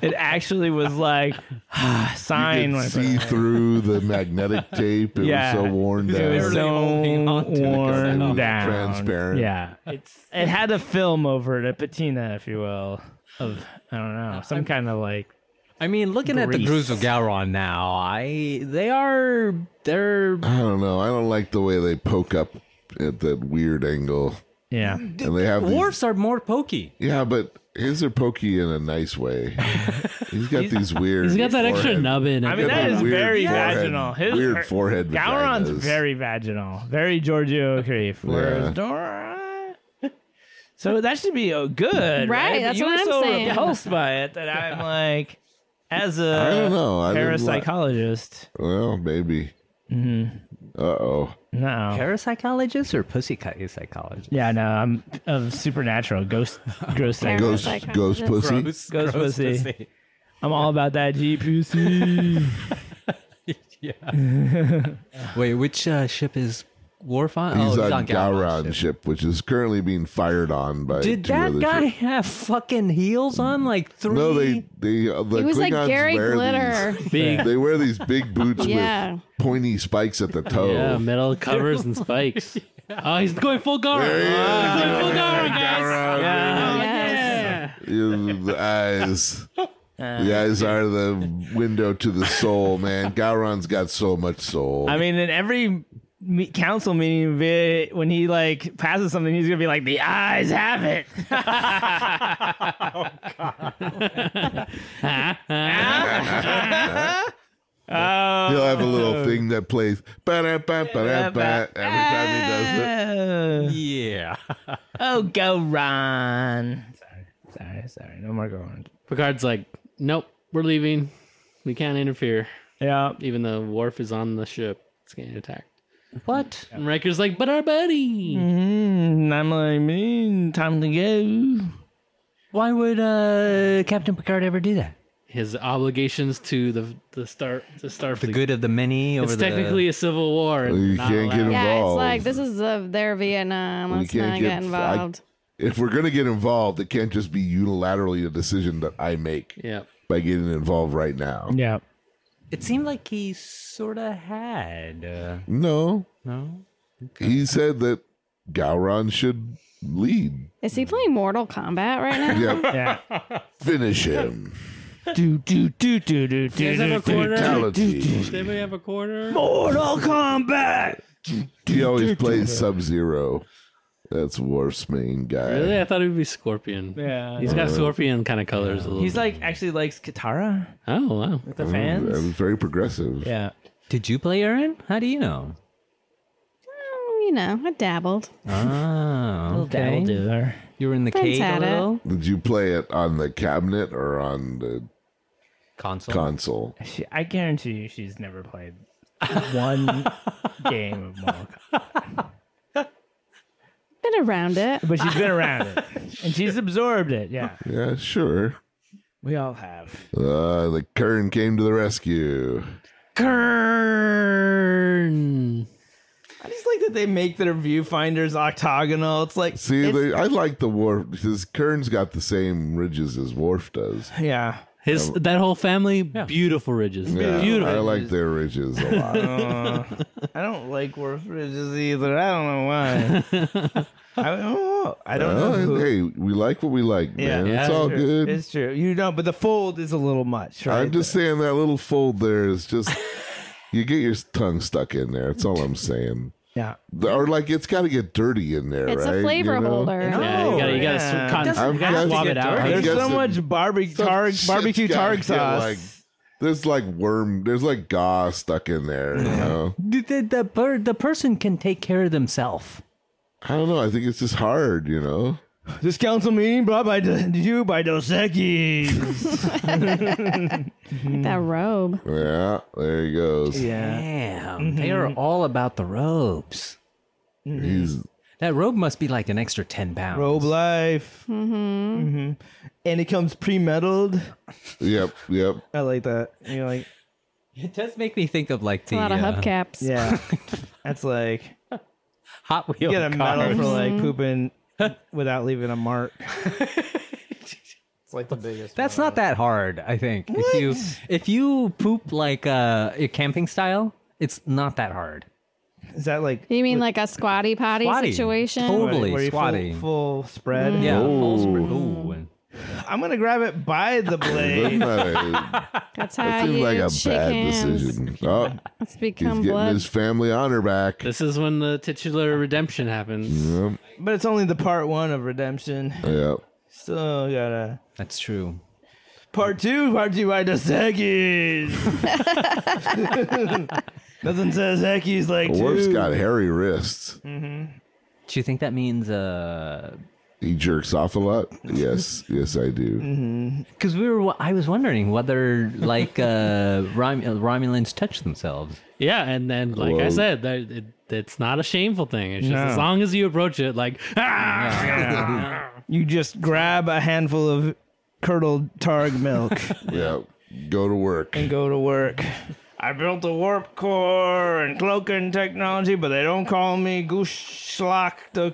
S4: It actually was like *sighs* sign.
S5: You
S4: when I
S5: could
S4: put
S5: see
S4: it on.
S5: through the magnetic tape. It
S4: Yeah.
S5: was so worn down.
S4: It was
S2: Barely holding
S4: so
S2: on to it 'cause it
S4: worn
S5: was
S4: down.
S5: transparent.
S4: Yeah, it's it had a film over it, a patina, if you will, of I don't know, some kind of like
S2: I mean, looking at the
S4: Grease.
S2: grooves of Gowron now, I they are they're
S5: I don't know. I don't like the way they poke up at that weird angle.
S4: yeah.
S5: And they have these,
S2: dwarfs are more pokey.
S5: yeah, but his are pokey in a
S4: *laughs*
S5: nice way. He's got these weird.
S3: He's got that extra
S5: forehead-
S3: nub in it.
S4: I mean, that is
S5: Weird
S4: very
S5: forehead-
S4: vaginal. His
S5: weird
S4: her-
S5: forehead
S4: Gowron's
S5: vaginas.
S4: very vaginal, very Giorgio O'Keefe. Whereas
S5: Yeah.
S4: Dora. So that should be oh, good, right?
S1: Right,
S4: But
S1: that's
S4: you
S1: what
S4: were
S1: I'm
S4: so
S1: saying.
S4: repulsed by it that
S1: *laughs*
S4: I'm like, as a
S5: I don't know. I didn't like-
S4: parapsychologist,
S5: Well, maybe. Uh oh.
S4: no.
S2: Parapsychologist or pussy psychologist?
S4: Yeah, no, I'm of supernatural ghost, ghost thing.
S1: Go-
S5: Ghost,
S1: Psychologist.
S5: ghost pussy.
S4: Ghost pussy. I'm all about that
S5: *laughs*
S4: GPC.
S2: Wait, which uh, ship is Worf on?
S5: He's
S2: oh,
S5: on,
S2: he's
S5: Gowron ship.
S2: Gowron's ship.
S5: which is currently being fired on by.
S2: Did
S5: two
S2: that
S5: other
S2: guy
S5: ships.
S2: have fucking heels on? Like three?
S5: No, they they uh, the
S1: He was like
S5: Klingons
S1: Gary
S5: wear *laughs*
S1: Glitter.
S5: these-
S3: big,
S5: they wear these big boots
S1: Yeah.
S5: with pointy spikes at the toe.
S3: yeah, *laughs* metal covers and *laughs* spikes. Oh, he's going full guard.
S5: There he is.
S3: He's going full guard, guys.
S5: Gowron,
S4: Oh,
S1: Yes.
S5: you- the eyes. The eyes are the window to the soul, man. Gowron's got so much soul.
S4: I mean, in every me- council meeting, vi- when he like passes something, he's gonna be like, "The eyes have it."
S5: He'll have a little thing that plays ba-da-ba, ba-da-ba,
S4: *laughs*
S5: every time he does it.
S4: Oh,
S2: Yeah.
S4: oh, go Ron. Sorry, sorry, sorry. No more going.
S3: *laughs* Picard's like, nope, we're leaving. We can't interfere,
S4: Yeah,
S3: even though Worf is on the ship. It's getting attacked.
S2: What?
S3: And Riker's like, but our buddy.
S4: and I'm like, mm, time to go.
S2: Why would uh, Captain Picard ever do that?
S3: His obligations to the the star the Starfleet.
S2: The good of the many over
S3: it's
S2: the
S3: technically a civil war.
S5: Well, you
S3: and not
S5: can't get
S3: allowed.
S5: him-
S1: Yeah, it's
S5: Involved.
S1: like this is the, their Vietnam.
S5: We
S1: Let's
S5: can't
S1: not
S5: get-
S1: get involved.
S5: If we're going to get involved, it can't just be unilaterally a decision that I make
S3: Yeah.
S5: by getting involved right now.
S4: Yeah.
S2: It seemed like he sort of had. Uh,
S5: No,
S2: no.
S5: he said that Gowron should lead.
S1: Is he playing Mortal Kombat
S5: *laughs*
S1: right now?
S5: Yeah,
S4: Yeah.
S5: finish him.
S4: do do do do do do.
S3: Does have a quarter?
S5: Fatality.
S3: Does anybody have a quarter?
S4: Mortal Kombat.
S5: He always plays Sub Zero. That's Worf's main guy.
S3: Really? I thought it would be Scorpion.
S4: Yeah.
S3: He's
S5: Uh,
S3: got Scorpion kind of colors a little.
S4: He's
S3: He's
S4: like actually likes Katara.
S3: oh wow.
S4: The
S5: That was
S4: fans.
S5: very progressive.
S4: Yeah.
S2: Did you play Aaron? How do you know?
S1: Oh, you know, I dabbled.
S2: Oh, okay.
S4: there.
S2: You were in the
S1: Friends
S2: cave a
S1: had it.
S2: little?
S5: Did you play it on the cabinet or on the
S2: Console?
S5: console?
S4: She, I guarantee you, she's never *laughs* played one game of Mortal Kombat,
S1: Been around it.
S4: but she's been around it and she's absorbed it. Yeah,
S5: Yeah, sure.
S4: we all have.
S5: Uh, the Kern came to the rescue.
S3: Kern.
S4: I just like that they make their viewfinders octagonal. It's like,
S5: See, they, I like the Worf because Kern's got the same ridges as Worf does.
S4: yeah,
S3: His that whole family, beautiful ridges,
S5: Yeah,
S3: beautiful.
S5: I like their ridges a
S4: *laughs*
S5: lot.
S4: I don't like Worf Bridges either. I don't know why. I don't know. I don't know.
S5: Well,
S4: who-
S5: Oh, hey, we like what we like, man.
S4: yeah,
S5: it's all
S4: true.
S5: good.
S4: It's true. You know, but the fold is a little much. Right?
S5: I'm just saying that little fold there
S4: *laughs*
S5: is just you get your tongue stuck in there. That's all I'm saying.
S4: yeah.
S5: Or like it's got to get dirty in there,
S1: It's
S5: right?
S1: a flavor
S5: You know?
S1: holder.
S3: yeah, you gotta, you gotta,
S4: Yeah.
S3: sw- con-
S2: Doesn't
S3: you gotta
S5: have to
S3: swab
S5: get
S3: it out.
S5: dirty.
S4: There's so
S5: guessing
S4: much barbecue
S5: some
S4: targ,
S5: shit's
S4: barbecue
S5: gotta
S4: targ
S5: get,
S4: sauce.
S5: like- There's like worm. There's like gauze stuck in there. You know.
S2: The, the, the, per, the person can take care of themselves.
S5: I don't know. I think it's just hard. You know.
S4: This council meeting brought by to you by Dos Equis.
S1: Like that robe.
S5: Yeah. There he goes.
S4: yeah.
S1: Mm-hmm.
S2: Damn. They are all about the robes.
S5: He's
S2: That robe must be like an extra 10 pounds.
S4: Robe life. Mm-hmm. And it comes pre-meddled.
S5: yep. Yep.
S4: I like that. You're
S2: *laughs*
S4: like,
S2: It does make me think of like the
S1: A lot of
S2: uh,
S1: hubcaps.
S4: yeah. That's like
S2: Hot Wheel
S4: get a medal
S2: cars.
S4: for like pooping without leaving a mark. like the biggest.
S2: That's not that hard, I think. If you if you poop like uh camping style, it's not that hard.
S4: Is that like
S1: You mean like a squatty potty
S2: Squatty.
S1: situation?
S2: Totally.
S4: where you
S2: squatty.
S4: full, full spread?
S2: Yeah.
S5: Ooh.
S2: falls- ooh, and-
S4: I'm gonna grab it
S2: *laughs*
S4: by the blade.
S5: Doesn't that-
S1: That's
S5: That
S1: how
S5: seems
S1: you
S5: like a
S1: shake
S5: bad
S1: hands.
S5: decision. Oh,
S1: It's
S5: he's
S1: become
S5: getting
S1: blood.
S5: his family honor back.
S3: This is when the titular redemption happens.
S5: Yep.
S4: But it's only the part one of redemption.
S5: Yep.
S4: Still gotta
S2: That's true.
S4: part two, part two by the *laughs* Sekis. Nothing says Hekies like
S5: Worf's
S4: two.
S5: got hairy wrists.
S2: Do you think that means uh
S5: He jerks off a lot. Yes, yes, I do.
S2: cuz we were wa- I was wondering whether like uh *laughs* Rom- Romulans touch themselves.
S3: Yeah, and then like I
S5: Whoa.
S3: said, that it, it's not a shameful thing. It's just
S4: No.
S3: as long as you approach it like "Ah!"
S4: You just grab a handful of curdled targ milk
S5: Yep. Go to work.
S4: and go to work. I built the warp core and cloaking technology, but they don't call me Gooshlock the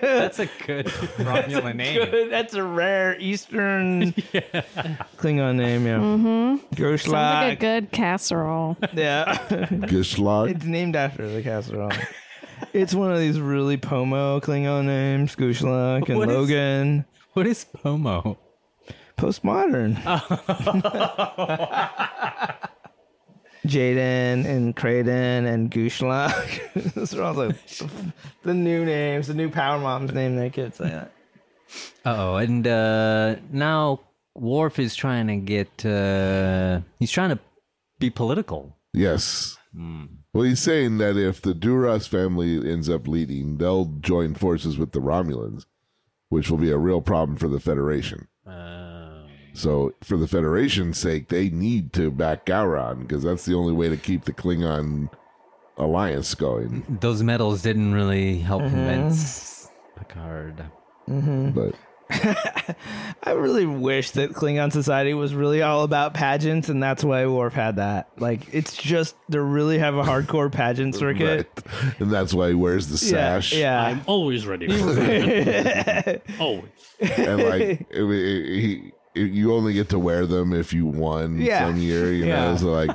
S2: That's a good *laughs* Romulan name.
S4: That's a rare
S2: *laughs*
S4: Eastern Klingon name, yeah.
S1: Mm-hmm. Sounds like a
S4: Gooshlock.
S1: good casserole.
S4: yeah. *laughs*
S5: Gishlock.
S4: It's named after
S2: *laughs*
S4: the casserole. it's one of these really pomo Klingon names, Gooshlock and
S2: What is-
S4: Logan.
S2: What is Pomo?
S4: Postmodern. Jaden and Craden and Gooshlock. *laughs* Those are all the, the new names, the new Power Moms name their kids like that.
S2: Uh-oh, and uh now Worf is trying to get uh he's trying to be political.
S5: Yes.
S4: Hmm.
S5: Well, he's saying that if the Duras family ends up leading, they'll join forces with the Romulans, which will be a real problem for the Federation.
S4: Oh.
S5: So, for the Federation's sake, they need to back Gowron because that's the only way to keep the Klingon alliance going.
S4: *laughs*
S2: Those medals didn't really help
S4: Mm-hmm.
S2: convince Picard.
S5: But
S4: I really wish that Klingon society was really all about pageants, and that's why Worf had that. Like, it's just they really have a hardcore pageant circuit.
S5: right. *laughs* and that's why he wears the
S4: Yeah,
S5: sash.
S4: yeah.
S3: I'm always ready. For it. always.
S5: and like it, it, he, it- you only get to wear them if you won
S4: Yeah.
S5: some year, you
S4: Yeah.
S5: know. So like,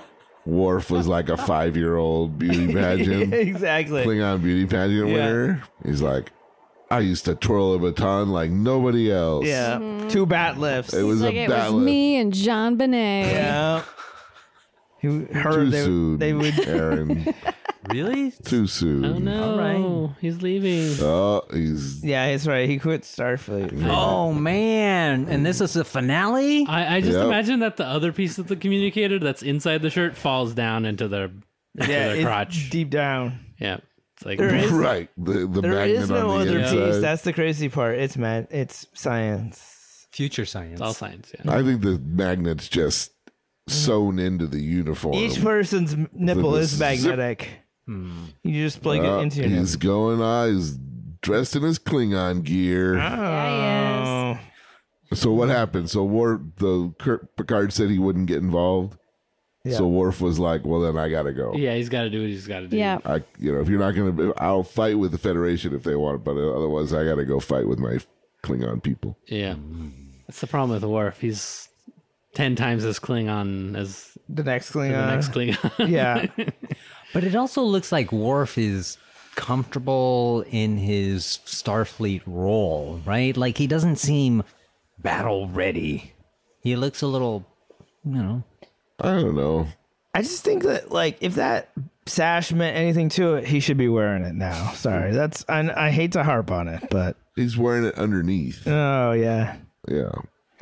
S5: Worf was like a five-year-old
S4: *laughs*
S5: beauty pageant,
S4: exactly.
S5: Klingon beauty pageant
S4: Yeah.
S5: winner. He's like, I used to twirl a baton like nobody else.
S4: Yeah, two bat lifts.
S5: it was
S1: like
S5: a
S1: it was
S5: battle.
S1: me and John Benet.
S5: *laughs*
S4: yeah. Who
S5: Too
S4: her they,
S5: soon,
S4: they would *laughs*
S5: *laughs* Aaron.
S2: Really?
S5: Too soon.
S3: Oh no, he's leaving.
S5: Oh, he's
S4: Yeah, that's right. He quit Starfleet.
S2: Oh man! And this is the finale.
S3: I, I just
S5: Yep.
S3: imagine that the other piece of the communicator that's inside the shirt falls down into their into
S4: Yeah,
S3: their
S4: it's
S3: crotch.
S4: deep down.
S3: yeah, it's like
S4: There is-
S5: right. The the
S4: There
S5: magnet
S4: is
S5: on
S4: no
S5: the
S4: other
S5: inside.
S4: piece. That's the crazy part. It's mad. It's science.
S2: Future science.
S3: it's all science. Yeah.
S5: I think the magnet's just sewn into the uniform.
S4: Mm-hmm. Each person's m- nipple
S5: the
S4: is
S5: zip-
S4: magnetic. You just plug
S5: Oh,
S4: it into your nipple.
S5: he's going on. He's dressed in his Klingon gear.
S4: Ah.
S1: Yeah,
S4: Oh.
S5: So what happened? So Worf, the Kirk, Picard said he wouldn't get involved.
S4: Yeah.
S5: So Worf was like, "Well, then I gotta go.
S3: Yeah, he's got to do what he's got to do.
S5: *laughs*
S1: Yeah.
S5: I, you know, if you're not gonna, I'll fight with the Federation if they want, but otherwise, I gotta go fight with my Klingon people."
S3: yeah.
S5: Mm.
S3: That's the problem with Worf. He's ten times as Klingon as
S4: The next
S3: the
S4: Klingon.
S3: next Klingon. *laughs*
S4: *laughs* yeah.
S2: But it also looks like Worf is comfortable in his Starfleet role, right? Like he doesn't seem battle ready. He looks a little, you know.
S5: I don't know.
S4: I just think that like if that sash meant anything to it, he should be wearing it now. Sorry, that's I, I hate to harp on it, but
S5: He's wearing it underneath.
S4: oh yeah,
S5: Yeah.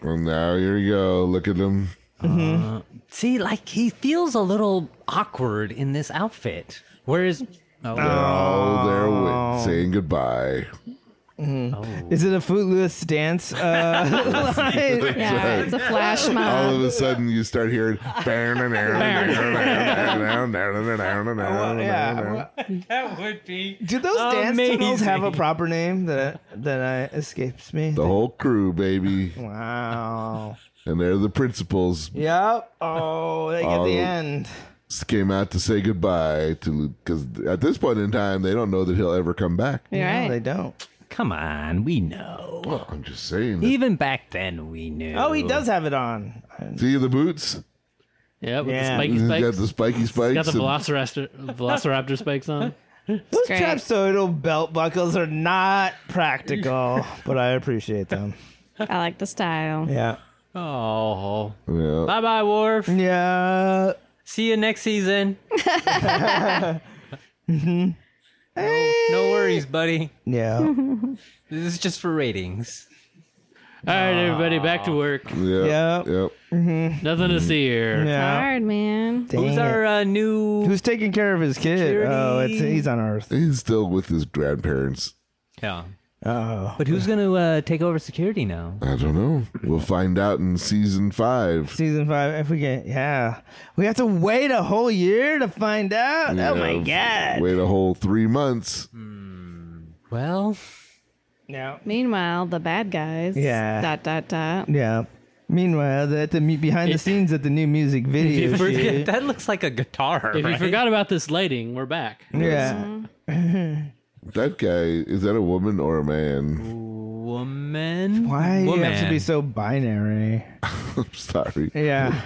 S5: Well, now here you go. Look at him.
S2: See, like he feels a little awkward in this outfit. Whereas, oh,
S5: Oh, there, wi- saying goodbye.
S4: is it a footloose dance? Uh, line?
S1: Yeah, it's a flash
S5: All
S1: mob.
S4: *laughs*
S5: of a sudden, you start hearing.
S4: *laughs* yeah.
S3: that would be.
S4: Do those dance tunnels
S3: Amazing.
S4: have a proper name that that I, escapes me?
S5: The whole crew, baby.
S4: wow.
S5: And they're the principals
S4: Yep. Oh, like at the
S5: Oh.
S4: end.
S5: came out to say goodbye to because at this point in time they don't know that he'll ever come back.
S1: You're
S4: No, they
S1: right.
S4: don't.
S2: come on, we know.
S5: Well, I'm just saying. that-
S2: Even back then, we knew.
S4: Oh, he does have it on.
S5: See the boots?
S3: Yeah, with
S4: Yeah.
S3: the spiky
S5: He's
S3: spikes.
S5: got the spiky spikes.
S3: Got the
S5: and-
S3: velociraptor, velociraptor spikes
S4: *laughs*
S3: on.
S4: Those
S1: great.
S4: trapezoidal belt buckles are not practical, but I appreciate them.
S1: I like the style.
S4: Yeah.
S2: Oh.
S5: yeah.
S2: Bye bye, Worf.
S4: Yeah.
S2: See you next season. no, no worries, buddy.
S1: *laughs*
S4: Yeah.
S2: This is just for ratings.
S3: All right, everybody, back to work.
S5: Yeah.
S4: Yep.
S5: Yep.
S3: Nothing to see here.
S4: Yeah.
S1: Hard, man.
S4: Dang
S2: Who's
S4: it.
S2: our uh, new?
S4: Who's taking care of his kid?
S2: Security.
S4: Oh, it's he's on Earth.
S5: He's still with his grandparents.
S2: Yeah.
S4: Oh,
S2: But who's gonna uh, take over security now?
S5: I don't know. We'll find out in season five.
S4: season five. If we get, yeah, we have to wait a whole year to find out. oh my
S5: Yeah,
S4: god.
S5: Wait a whole three months.
S2: *laughs* Well,
S4: Yeah.
S1: Meanwhile, the bad guys.
S4: Yeah.
S1: Dot dot dot.
S4: Yeah. Meanwhile, they're at the meet behind the scenes at the new music video. shoot.
S2: that looks like a guitar.
S3: If you
S2: right?
S3: forgot about this lighting, we're back.
S4: Yeah.
S5: Mm-hmm. That guy is that a woman or a man?
S2: woman,
S4: Why do you
S2: woman.
S4: have to be so binary?
S5: *laughs* I'm sorry.
S4: Yeah.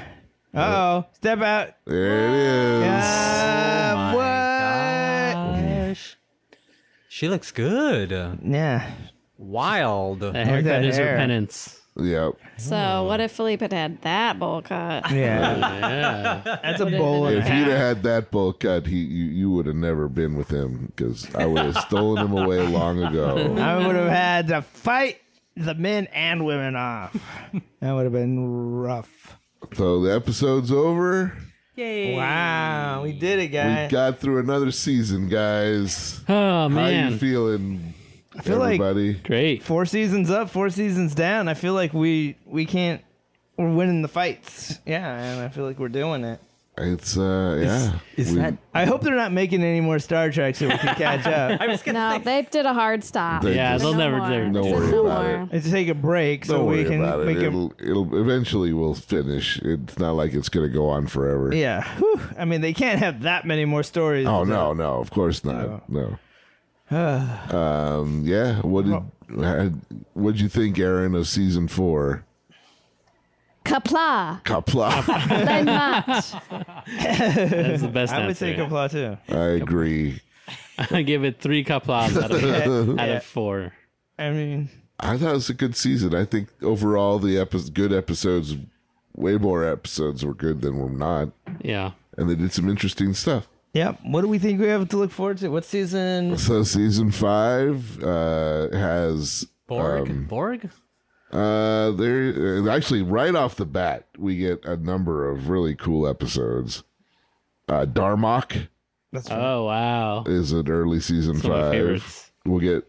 S4: Uh oh. Step out.
S5: There it is.
S4: Uh,
S2: My
S4: what?
S2: gosh. She looks good.
S4: Yeah.
S2: Wild.
S3: A haircut
S4: that
S3: is her
S4: hair.
S3: penance.
S5: Yep.
S4: Mm-hmm.
S1: So what if Philippe had had that bowl cut?
S4: Yeah.
S3: Yeah.
S4: That's a bowl of
S5: If he'd have had that bowl cut, he you, you would have never been with him because I would have stolen him away
S4: *laughs*
S5: long ago.
S4: I would have had to fight the men and women
S5: *laughs*
S4: off. That would have been rough.
S5: So the episode's over.
S4: Wow, we did it,
S5: We
S4: guys.
S5: got through another season, guys.
S3: Oh
S5: How you
S3: man,
S5: feeling,
S4: feel like-
S5: everybody?
S3: great.
S4: four seasons up, four seasons down. I feel like we we can't. We're winning the fights. Yeah, and I feel like we're doing it.
S5: It's uh, yeah.
S2: Is
S5: We-
S2: that?
S4: I hope they're not making any more Star Trek so we can catch
S1: *laughs*
S4: up.
S1: No, Oh, they did a
S4: *laughs*
S1: hard stop.
S5: They
S3: Yeah,
S5: just-
S3: they'll
S1: No
S3: never
S1: more.
S3: do.
S5: Don't worry
S1: No
S5: about
S1: more.
S5: it.
S4: Let's take a break so
S5: Don't
S4: we
S5: work
S4: can
S5: about
S4: make
S5: it.
S4: a.
S5: It'll, it'll eventually will finish. It's not like it's going to go on forever.
S4: Yeah, whew. I mean they can't have that many more stories.
S5: Oh no, no, of course not. No. um. Yeah. What did had- What'd you think, Aaron, of season four?
S1: Kapla.
S5: Kapla.
S1: Then not.
S3: That's the best
S4: I would
S3: answer.
S4: say
S3: *laughs*
S4: Kapla too.
S5: I agree.
S3: I give it three kaplas out
S4: *laughs*
S3: of
S5: *laughs*
S3: out
S4: Yeah.
S3: of four.
S4: I mean,
S5: I thought it was a good season. I think overall the epi- good episodes, way more episodes were good than were not,
S3: Yeah.
S5: and they did some interesting stuff.
S4: yep. What do we think we have to look forward to? What season?
S5: So season five uh, has
S2: Borg.
S5: um,
S2: Borg.
S5: Uh, there uh, actually right off the bat we get a number of really cool episodes. Uh, Darmok
S4: That's
S3: Oh wow.
S5: is an early season
S3: Some of my
S5: five.
S3: favorites.
S5: We'll get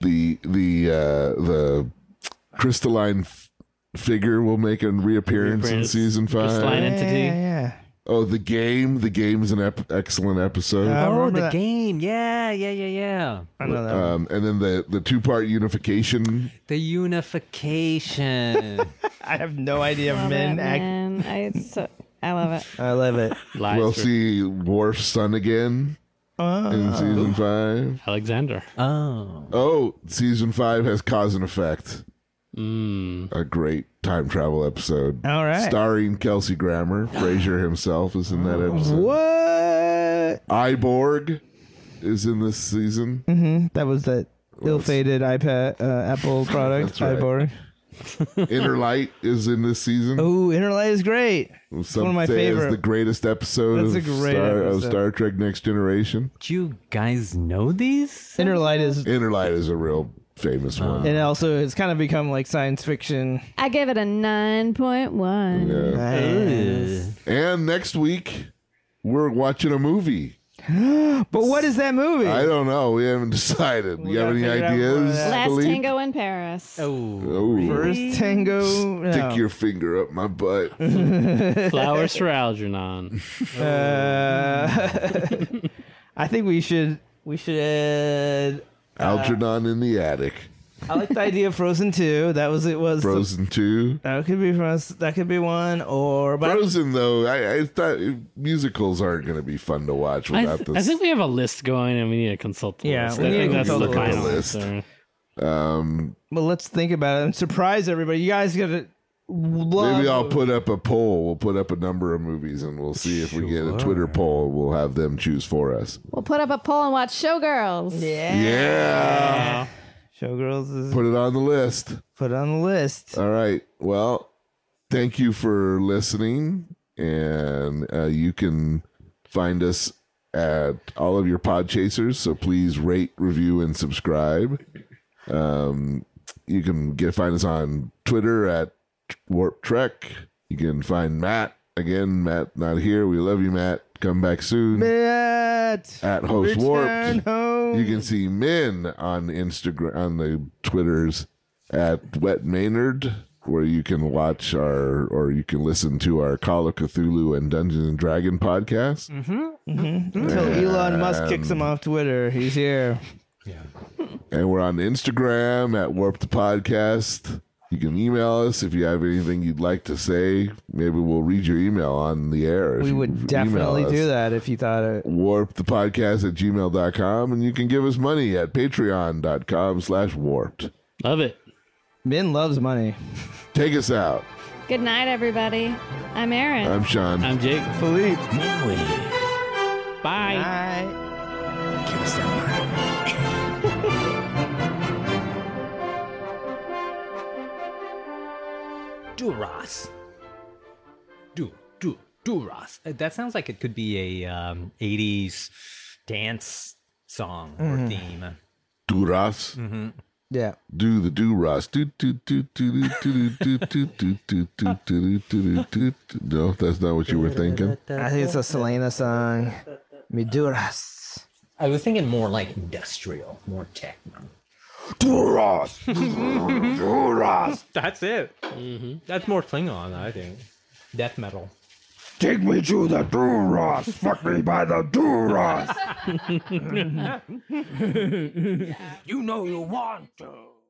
S5: the the uh, the crystalline f- figure will make a reappearance in
S3: Reappearance.
S5: season
S3: Crystalline
S5: five.
S4: yeah,
S3: entity.
S4: yeah, yeah.
S5: Oh, the game! The game's an ep- excellent episode.
S4: I
S2: Oh,
S4: remember
S2: the
S4: that.
S2: game. Yeah, yeah, yeah, yeah.
S4: I know that.
S5: um, and then the the two part unification.
S2: The *laughs* unification.
S4: I have no idea
S1: Love it,
S4: men act.
S1: man. I, it's so- I love it.
S4: I love it.
S3: Lies
S5: We'll
S3: for
S5: see Worf's son again
S4: Oh,
S5: in season five.
S4: *laughs*
S3: Alexander.
S4: Uh,
S2: oh.
S5: Oh, season five has cause and effect. A great time travel episode.
S4: All right.
S5: Starring
S4: *gasps*
S5: Kelsey Grammer. Frazier himself is in that
S4: Oh.
S5: episode.
S4: what?
S5: Iborg is in this
S4: *laughs*
S5: season.
S4: That was that ill-fated iPad uh, Apple product.
S5: *laughs* That's right.
S4: iBoard.
S5: Inner Light is in this season.
S4: Ooh, Interlight is great.
S5: Some
S4: Oh, one of my
S5: say it's
S4: favorite.
S5: the greatest episode,
S4: That's
S5: of,
S4: a great
S5: Star, of
S4: episode.
S5: Star Trek Next Generation.
S2: Do you guys know these?
S4: Interlight is,
S5: Inner Light is a real famous one.
S4: and also it's kind of become like science fiction.
S1: I give it a 9.1.
S5: Yeah. And next week, we're watching a movie.
S4: But what is that movie?
S5: I don't know. We haven't *laughs* decided. you have
S4: gotta
S5: any
S4: figure out more of
S5: ideas?
S4: that.
S1: Last
S5: Philippe?
S1: Tango in Paris.
S2: Oh.
S5: Oh.
S4: First Tango.
S5: Stick your finger up
S3: *laughs*
S5: my butt.
S3: Uh, Flowers for
S5: *laughs*
S3: Algernon.
S4: Uh, I think we should. We should.
S5: Algernon in the attic.
S4: I like the idea of Frozen Two. That was it. Was the-
S5: Frozen two.
S4: that could be Frozen. That could be one or. But
S5: Frozen though, I, I thought musicals aren't going to be fun to watch
S3: I,
S5: without
S3: th-
S5: this.
S3: I think we have a list going and we need to consult the
S4: Yeah,
S3: list.
S4: we
S3: I
S4: need to
S3: think that's
S4: consult
S3: the
S4: the
S3: final
S5: list.
S3: answer.
S4: Well, let's think about it and surprise everybody. You guys gotta love.
S5: Maybe I'll put up a poll. We'll put up a number of movies and we'll see if we get a Twitter poll. We'll have them choose for us.
S1: We'll put up a poll and watch Showgirls.
S4: yeah.
S5: Yeah.
S4: Showgirls is
S5: Put it on the list.
S4: put on the list.
S5: All right. Well, thank you for listening. And uh, you can find us at all of your pod chasers. So please rate, review, and subscribe. Um, you can get find us on Twitter at Warp Trek. You can find Matt again. Matt not here. We love you, Matt. Come back soon
S4: Matt,
S5: at Host
S4: return
S5: Warped.
S4: home.
S5: You can see Min on Instagram on the Twitters at Wet Maynard, where you can watch our or you can listen to our Call of Cthulhu and Dungeons and Dragon podcast.
S4: Mm-hmm. Until Elon Musk kicks him off Twitter, he's here.
S5: And we're on Instagram at Warped Podcast. You can email us if you have anything you'd like to say. Maybe we'll read your email on the air. if
S4: We
S5: you
S4: would
S5: email
S4: definitely
S5: us.
S4: do that if you thought it.
S5: warpthepodcast at gmail.com and you can give us money at patreon.com slash warped
S3: Love it.
S4: Min loves money.
S5: take us out
S1: Good night, everybody. I'm Erin.
S5: i'm sean
S3: I'm Jake.
S4: Philippe.
S3: Bye.
S4: Bye.
S2: Duras. Du, du, Duras. Uh, That sounds like it could be a um, 80s dance song or theme.
S5: duras
S4: Yeah.
S5: do the do Ross. Do do do do do do do do do do do do do do do do. No, that's not what you were thinking.
S4: I think it's a Selena song. Miduras.
S2: I was thinking more like industrial, more techno.
S5: Duras. Duras.
S2: That's it. That's more Klingon, I think. Death metal.
S5: Take me to the Duras. Fuck me by the Duras.
S6: You know you want to.